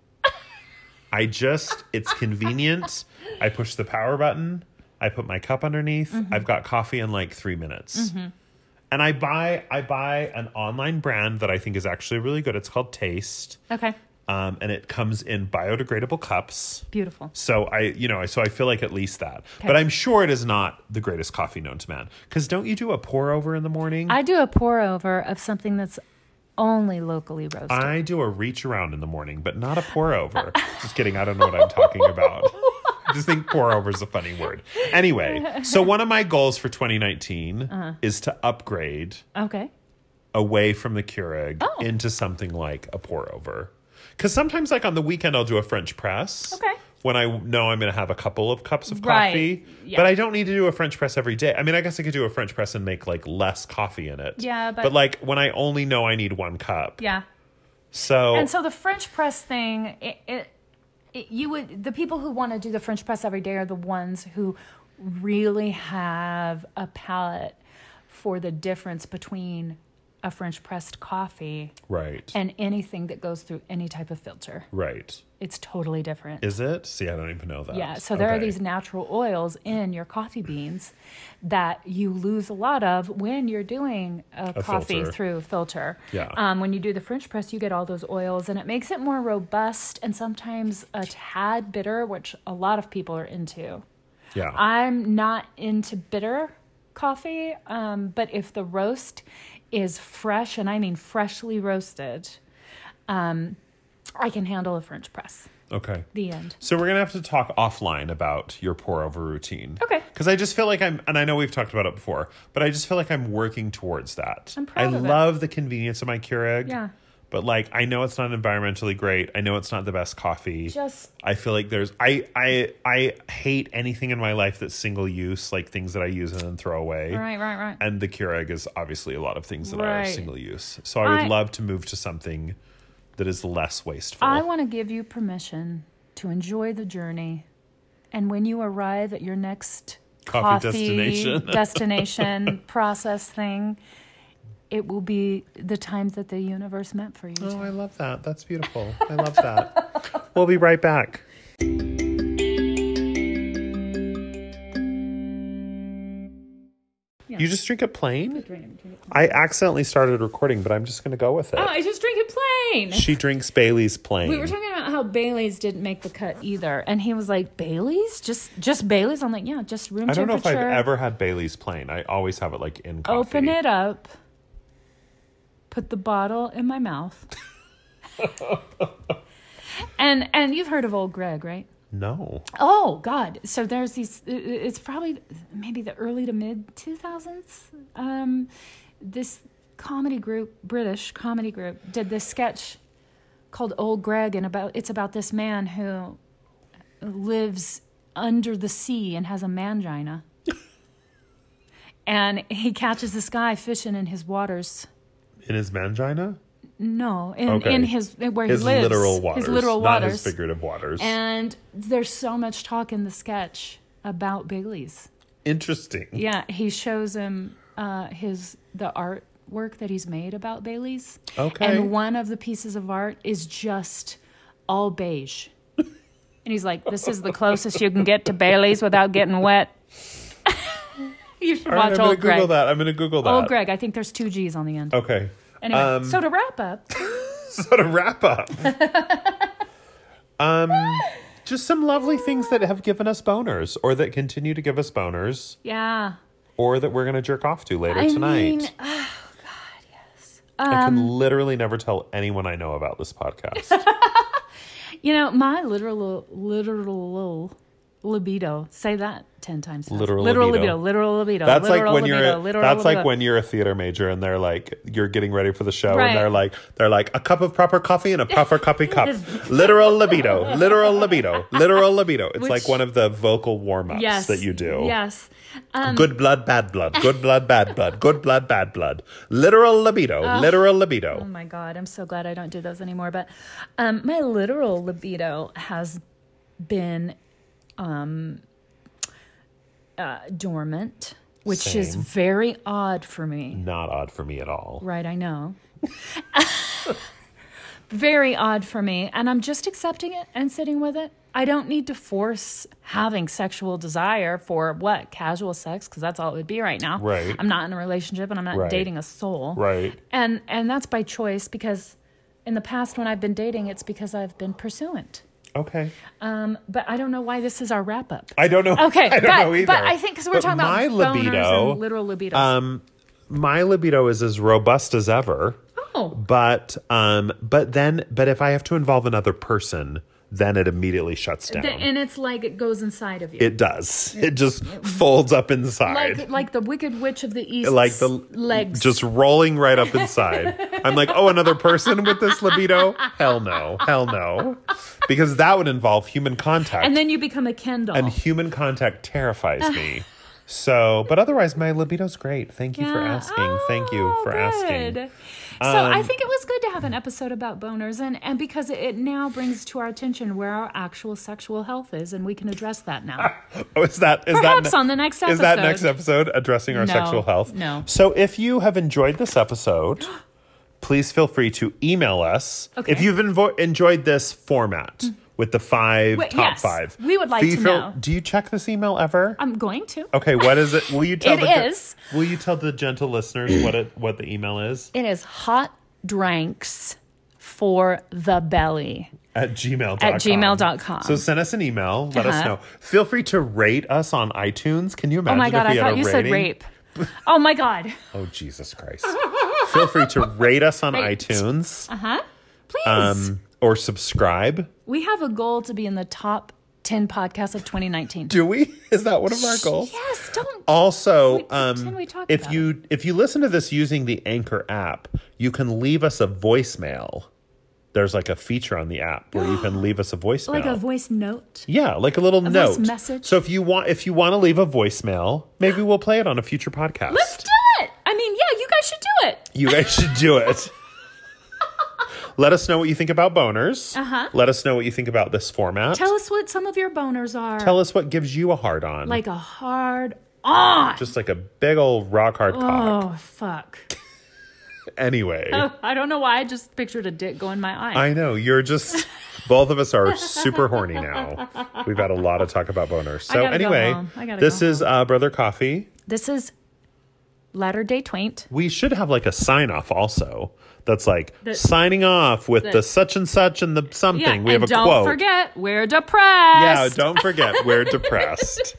[SPEAKER 1] I just, it's convenient. I push the power button. I put my cup underneath.
[SPEAKER 2] Mm-hmm.
[SPEAKER 1] I've got coffee in like three minutes. And I buy, I buy an online brand that I think is actually really good. It's called Taste.
[SPEAKER 2] Okay.
[SPEAKER 1] Um, and it comes in biodegradable cups.
[SPEAKER 2] Beautiful.
[SPEAKER 1] So I, you know, so I feel like at least that. But I'm sure it is not the greatest coffee known to man. Because don't you do a pour over in the morning?
[SPEAKER 2] I do a pour over of something that's only locally roasted.
[SPEAKER 1] I do a reach around in the morning, but not a pour over. Just kidding. I don't know what I'm talking about. I just think pour over is a funny word. Anyway, so one of my goals for 2019 is to upgrade
[SPEAKER 2] okay.
[SPEAKER 1] away from the Keurig
[SPEAKER 2] Oh.
[SPEAKER 1] into something like a pour over. Because sometimes, like on the weekend, I'll do a French press.
[SPEAKER 2] Okay.
[SPEAKER 1] when I know I'm going to have a couple of cups of
[SPEAKER 2] Right.
[SPEAKER 1] coffee.
[SPEAKER 2] Yeah.
[SPEAKER 1] But I don't need to do a French press every day. I mean, I guess I could do a French press and make like less coffee in it.
[SPEAKER 2] Yeah, but-
[SPEAKER 1] but like when I only know I need one cup.
[SPEAKER 2] Yeah.
[SPEAKER 1] So,
[SPEAKER 2] And so the French press thing, it, it, it, you would the people who want to do the French press every day are the ones who really have a palate for the difference between a French pressed coffee
[SPEAKER 1] right.
[SPEAKER 2] and anything that goes through any type of filter.
[SPEAKER 1] right.
[SPEAKER 2] It's totally different.
[SPEAKER 1] Is it? See, I don't even know that.
[SPEAKER 2] yeah, so there are
[SPEAKER 1] Oh, Okay.
[SPEAKER 2] these natural oils in your coffee beans that you lose a lot of when you're doing a, coffee
[SPEAKER 1] filter.
[SPEAKER 2] through filter.
[SPEAKER 1] Yeah.
[SPEAKER 2] Um, when you do the French press, you get all those oils, and it makes it more robust and sometimes a tad bitter, which a lot of people are into.
[SPEAKER 1] Yeah.
[SPEAKER 2] I'm not into bitter coffee, um, but if the roast is fresh, and I mean freshly roasted, um, I can handle a French press.
[SPEAKER 1] okay.
[SPEAKER 2] The end.
[SPEAKER 1] So we're gonna have to talk offline about your pour over routine.
[SPEAKER 2] Okay.
[SPEAKER 1] Because I just feel like I'm, and I know we've talked about it before, but I just feel like I'm working towards that.
[SPEAKER 2] I'm proud
[SPEAKER 1] I
[SPEAKER 2] of it.
[SPEAKER 1] love the convenience of my Keurig.
[SPEAKER 2] Yeah.
[SPEAKER 1] But like, I know it's not environmentally great. I know it's not the best coffee.
[SPEAKER 2] Just
[SPEAKER 1] I feel like there's I I I hate anything in my life that's single use, like things that I use and then throw away.
[SPEAKER 2] right, right, right.
[SPEAKER 1] And the Keurig is obviously a lot of things that are
[SPEAKER 2] Right.
[SPEAKER 1] single use. So I would
[SPEAKER 2] I-
[SPEAKER 1] love to move to something that is less wasteful.
[SPEAKER 2] I want to give you permission to enjoy the journey. And when you arrive at your next
[SPEAKER 1] Coffee
[SPEAKER 2] coffee,
[SPEAKER 1] destination.
[SPEAKER 2] destination process thing, it will be the time that the universe meant for you.
[SPEAKER 1] Oh, I love that. That's beautiful. I love that. we'll be right back. You just drink it plain? I accidentally started recording, but I'm just going to go with it.
[SPEAKER 2] Oh, I just drink it plain.
[SPEAKER 1] She drinks Bailey's plain.
[SPEAKER 2] Oh, We were talking about how Bailey's didn't make the cut either, and he was like, "Bailey's, just just Bailey's." I'm like, "Yeah, just room
[SPEAKER 1] I don't know if
[SPEAKER 2] temperature."
[SPEAKER 1] I've ever had Bailey's plain. I always have it like in coffee.
[SPEAKER 2] Open it up. Put the bottle in my mouth. and and you've heard of old Greg, right?
[SPEAKER 1] No.
[SPEAKER 2] Oh God! So there's these. i- i- It's probably maybe the early to mid two thousands. Um, this comedy group, British comedy group, did this sketch called "Old Greg," and about it's about this man who lives under the sea and has a mangina, and he catches this guy fishing in his waters.
[SPEAKER 1] In his mangina?
[SPEAKER 2] No, in
[SPEAKER 1] Okay.
[SPEAKER 2] in his where he
[SPEAKER 1] His
[SPEAKER 2] lives,
[SPEAKER 1] literal waters.
[SPEAKER 2] his literal
[SPEAKER 1] not
[SPEAKER 2] waters.
[SPEAKER 1] his figurative waters.
[SPEAKER 2] And there's so much talk in the sketch about Bailey's.
[SPEAKER 1] Interesting.
[SPEAKER 2] Yeah, he shows him uh, his the artwork that he's made about Bailey's.
[SPEAKER 1] Okay.
[SPEAKER 2] And one of the pieces of art is just all beige. And he's like, "This is the closest you can get to Bailey's without getting wet." you should
[SPEAKER 1] All right,
[SPEAKER 2] watch
[SPEAKER 1] I'm going to
[SPEAKER 2] old
[SPEAKER 1] Google
[SPEAKER 2] Greg.
[SPEAKER 1] that. I'm going to Google that.
[SPEAKER 2] Old Greg. I think there's two G's on the end.
[SPEAKER 1] Okay.
[SPEAKER 2] Anyway,
[SPEAKER 1] Um,
[SPEAKER 2] so to wrap up,
[SPEAKER 1] so to wrap up, um, just some lovely things that have given us boners, or that continue to give us boners,
[SPEAKER 2] yeah,
[SPEAKER 1] or that we're gonna jerk off to later
[SPEAKER 2] I
[SPEAKER 1] tonight.
[SPEAKER 2] mean, um,
[SPEAKER 1] I can literally never tell anyone I know about this podcast.
[SPEAKER 2] You know, my literal, literal libido. Say that ten times. fast.
[SPEAKER 1] Literal
[SPEAKER 2] literal
[SPEAKER 1] libido.
[SPEAKER 2] libido. Literal libido.
[SPEAKER 1] That's like
[SPEAKER 2] literal
[SPEAKER 1] when
[SPEAKER 2] libido,
[SPEAKER 1] you're a,
[SPEAKER 2] literal
[SPEAKER 1] that's
[SPEAKER 2] libido.
[SPEAKER 1] like when you're a theater major and they're like you're getting ready for the show
[SPEAKER 2] Right.
[SPEAKER 1] and they're like they're like a cup of proper coffee and a proper cuppy cup. literal libido, literal libido, literal libido. It's
[SPEAKER 2] Which-
[SPEAKER 1] like one of the vocal warm-ups
[SPEAKER 2] yes
[SPEAKER 1] that you do.
[SPEAKER 2] Yes.
[SPEAKER 1] good blood, bad blood. Good blood, bad blood. Good blood, bad blood. Literal libido. literal
[SPEAKER 2] Oh
[SPEAKER 1] libido.
[SPEAKER 2] my god, I'm so glad I don't do those anymore. But um, my literal libido has been um, uh, dormant, which is
[SPEAKER 1] Same.
[SPEAKER 2] very odd for me.
[SPEAKER 1] Not odd for me at all.
[SPEAKER 2] Right, I know. Very odd for me. And I'm just accepting it and sitting with it. I don't need to force having sexual desire for what? Casual sex, because that's all it would be right now.
[SPEAKER 1] Right.
[SPEAKER 2] I'm not in a relationship and I'm not
[SPEAKER 1] Right.
[SPEAKER 2] dating a soul.
[SPEAKER 1] Right.
[SPEAKER 2] And and that's by choice because in the past when I've been dating, it's because I've been pursuant.
[SPEAKER 1] Okay.
[SPEAKER 2] Um, but I don't know why this is our wrap up.
[SPEAKER 1] I don't know.
[SPEAKER 2] Okay,
[SPEAKER 1] I don't
[SPEAKER 2] but,
[SPEAKER 1] know either.
[SPEAKER 2] but I think because we're
[SPEAKER 1] But
[SPEAKER 2] talking about
[SPEAKER 1] my
[SPEAKER 2] boners
[SPEAKER 1] libido.
[SPEAKER 2] and literal libidos.
[SPEAKER 1] um, my libido is as robust as ever.
[SPEAKER 2] oh,
[SPEAKER 1] But um, but then, but if I have to involve another person, then it immediately shuts down.
[SPEAKER 2] The- and it's like it goes inside of you.
[SPEAKER 1] it does. It just folds up inside.
[SPEAKER 2] like, like the Wicked Witch of the East.
[SPEAKER 1] like the
[SPEAKER 2] legs.
[SPEAKER 1] just rolling right up inside. I'm like, oh, another person with this libido? Hell no, hell no, because that would involve human contact,
[SPEAKER 2] and
[SPEAKER 1] and,
[SPEAKER 2] then you become a Ken doll.
[SPEAKER 1] human contact terrifies me. So, but otherwise, my libido's great. Thank you for
[SPEAKER 2] Yeah.
[SPEAKER 1] asking. Thank you
[SPEAKER 2] Oh,
[SPEAKER 1] for asking. Um,
[SPEAKER 2] good. So I think it was good to have an episode about boners, and, and because it, it now brings to our attention where our actual sexual health is, and we can address that now.
[SPEAKER 1] Oh, is that is
[SPEAKER 2] Perhaps
[SPEAKER 1] that ne-
[SPEAKER 2] on the next
[SPEAKER 1] is that
[SPEAKER 2] episode.
[SPEAKER 1] next episode addressing our
[SPEAKER 2] No,
[SPEAKER 1] sexual health?
[SPEAKER 2] no.
[SPEAKER 1] So if you have enjoyed this episode, please feel free to email us.
[SPEAKER 2] Okay. Mm.
[SPEAKER 1] If you've envo- enjoyed this format with the five
[SPEAKER 2] Wait,
[SPEAKER 1] top
[SPEAKER 2] yes.
[SPEAKER 1] five,
[SPEAKER 2] We would like
[SPEAKER 1] do you
[SPEAKER 2] to
[SPEAKER 1] feel-
[SPEAKER 2] know.
[SPEAKER 1] Do you check this email ever?
[SPEAKER 2] I'm going to.
[SPEAKER 1] okay, what is it? Will you tell
[SPEAKER 2] It
[SPEAKER 1] the gen-
[SPEAKER 2] is.
[SPEAKER 1] Will you tell the gentle listeners what it what the email is
[SPEAKER 2] It is hot drinks for the belly.
[SPEAKER 1] at gmail
[SPEAKER 2] At gmail.com.
[SPEAKER 1] So send us an email. Let us
[SPEAKER 2] Uh-huh.
[SPEAKER 1] know. Feel free to rate us on iTunes. Can you
[SPEAKER 2] Oh
[SPEAKER 1] imagine?
[SPEAKER 2] my god,
[SPEAKER 1] if we had
[SPEAKER 2] I thought
[SPEAKER 1] a
[SPEAKER 2] you
[SPEAKER 1] rating?
[SPEAKER 2] said rape. Oh my god.
[SPEAKER 1] Oh, Jesus Christ. Feel free to rate us on
[SPEAKER 2] Rate.
[SPEAKER 1] iTunes
[SPEAKER 2] Huh? Please.
[SPEAKER 1] um, or subscribe.
[SPEAKER 2] we have a goal to be in the top 10 podcasts of 2019.
[SPEAKER 1] Do Oh. we? Is that one of our goals?
[SPEAKER 2] Yes, don't.
[SPEAKER 1] Also,
[SPEAKER 2] Wait,
[SPEAKER 1] um,
[SPEAKER 2] can we talk
[SPEAKER 1] if
[SPEAKER 2] about
[SPEAKER 1] you if you listen to this using the Anchor app, you can leave us a voicemail. There's like a feature on the app where you can leave us a voicemail.
[SPEAKER 2] like a voice note.
[SPEAKER 1] yeah, like a little note.
[SPEAKER 2] message.
[SPEAKER 1] So if you want if you want to leave a voicemail, maybe we'll play it on a future podcast.
[SPEAKER 2] Let's do it. I mean, yeah, you guys should do it.
[SPEAKER 1] You guys should do it. Let us know what you think about boners.
[SPEAKER 2] Uh-huh.
[SPEAKER 1] Let us know what you think about this format.
[SPEAKER 2] Tell us what some of your boners are.
[SPEAKER 1] Tell us what gives you a hard on.
[SPEAKER 2] like a hard on.
[SPEAKER 1] just like a big old rock hard cock.
[SPEAKER 2] Oh fuck.
[SPEAKER 1] Anyway,
[SPEAKER 2] I don't know why I just pictured a dick going my eye.
[SPEAKER 1] I know you're just. Both of us are super horny now. We've had a lot of talk about boners. So
[SPEAKER 2] gotta go
[SPEAKER 1] anyway,
[SPEAKER 2] home. I gotta
[SPEAKER 1] this
[SPEAKER 2] go
[SPEAKER 1] is uh, Brother Coffee.
[SPEAKER 2] this is Latter Day Twaint.
[SPEAKER 1] We should have like a sign off also. That's like
[SPEAKER 2] That-
[SPEAKER 1] signing off with the,
[SPEAKER 2] that-
[SPEAKER 1] such and such and the something. we have
[SPEAKER 2] and
[SPEAKER 1] a
[SPEAKER 2] don't
[SPEAKER 1] quote.
[SPEAKER 2] forget, we're
[SPEAKER 1] yeah,
[SPEAKER 2] depressed.
[SPEAKER 1] don't forget we're depressed.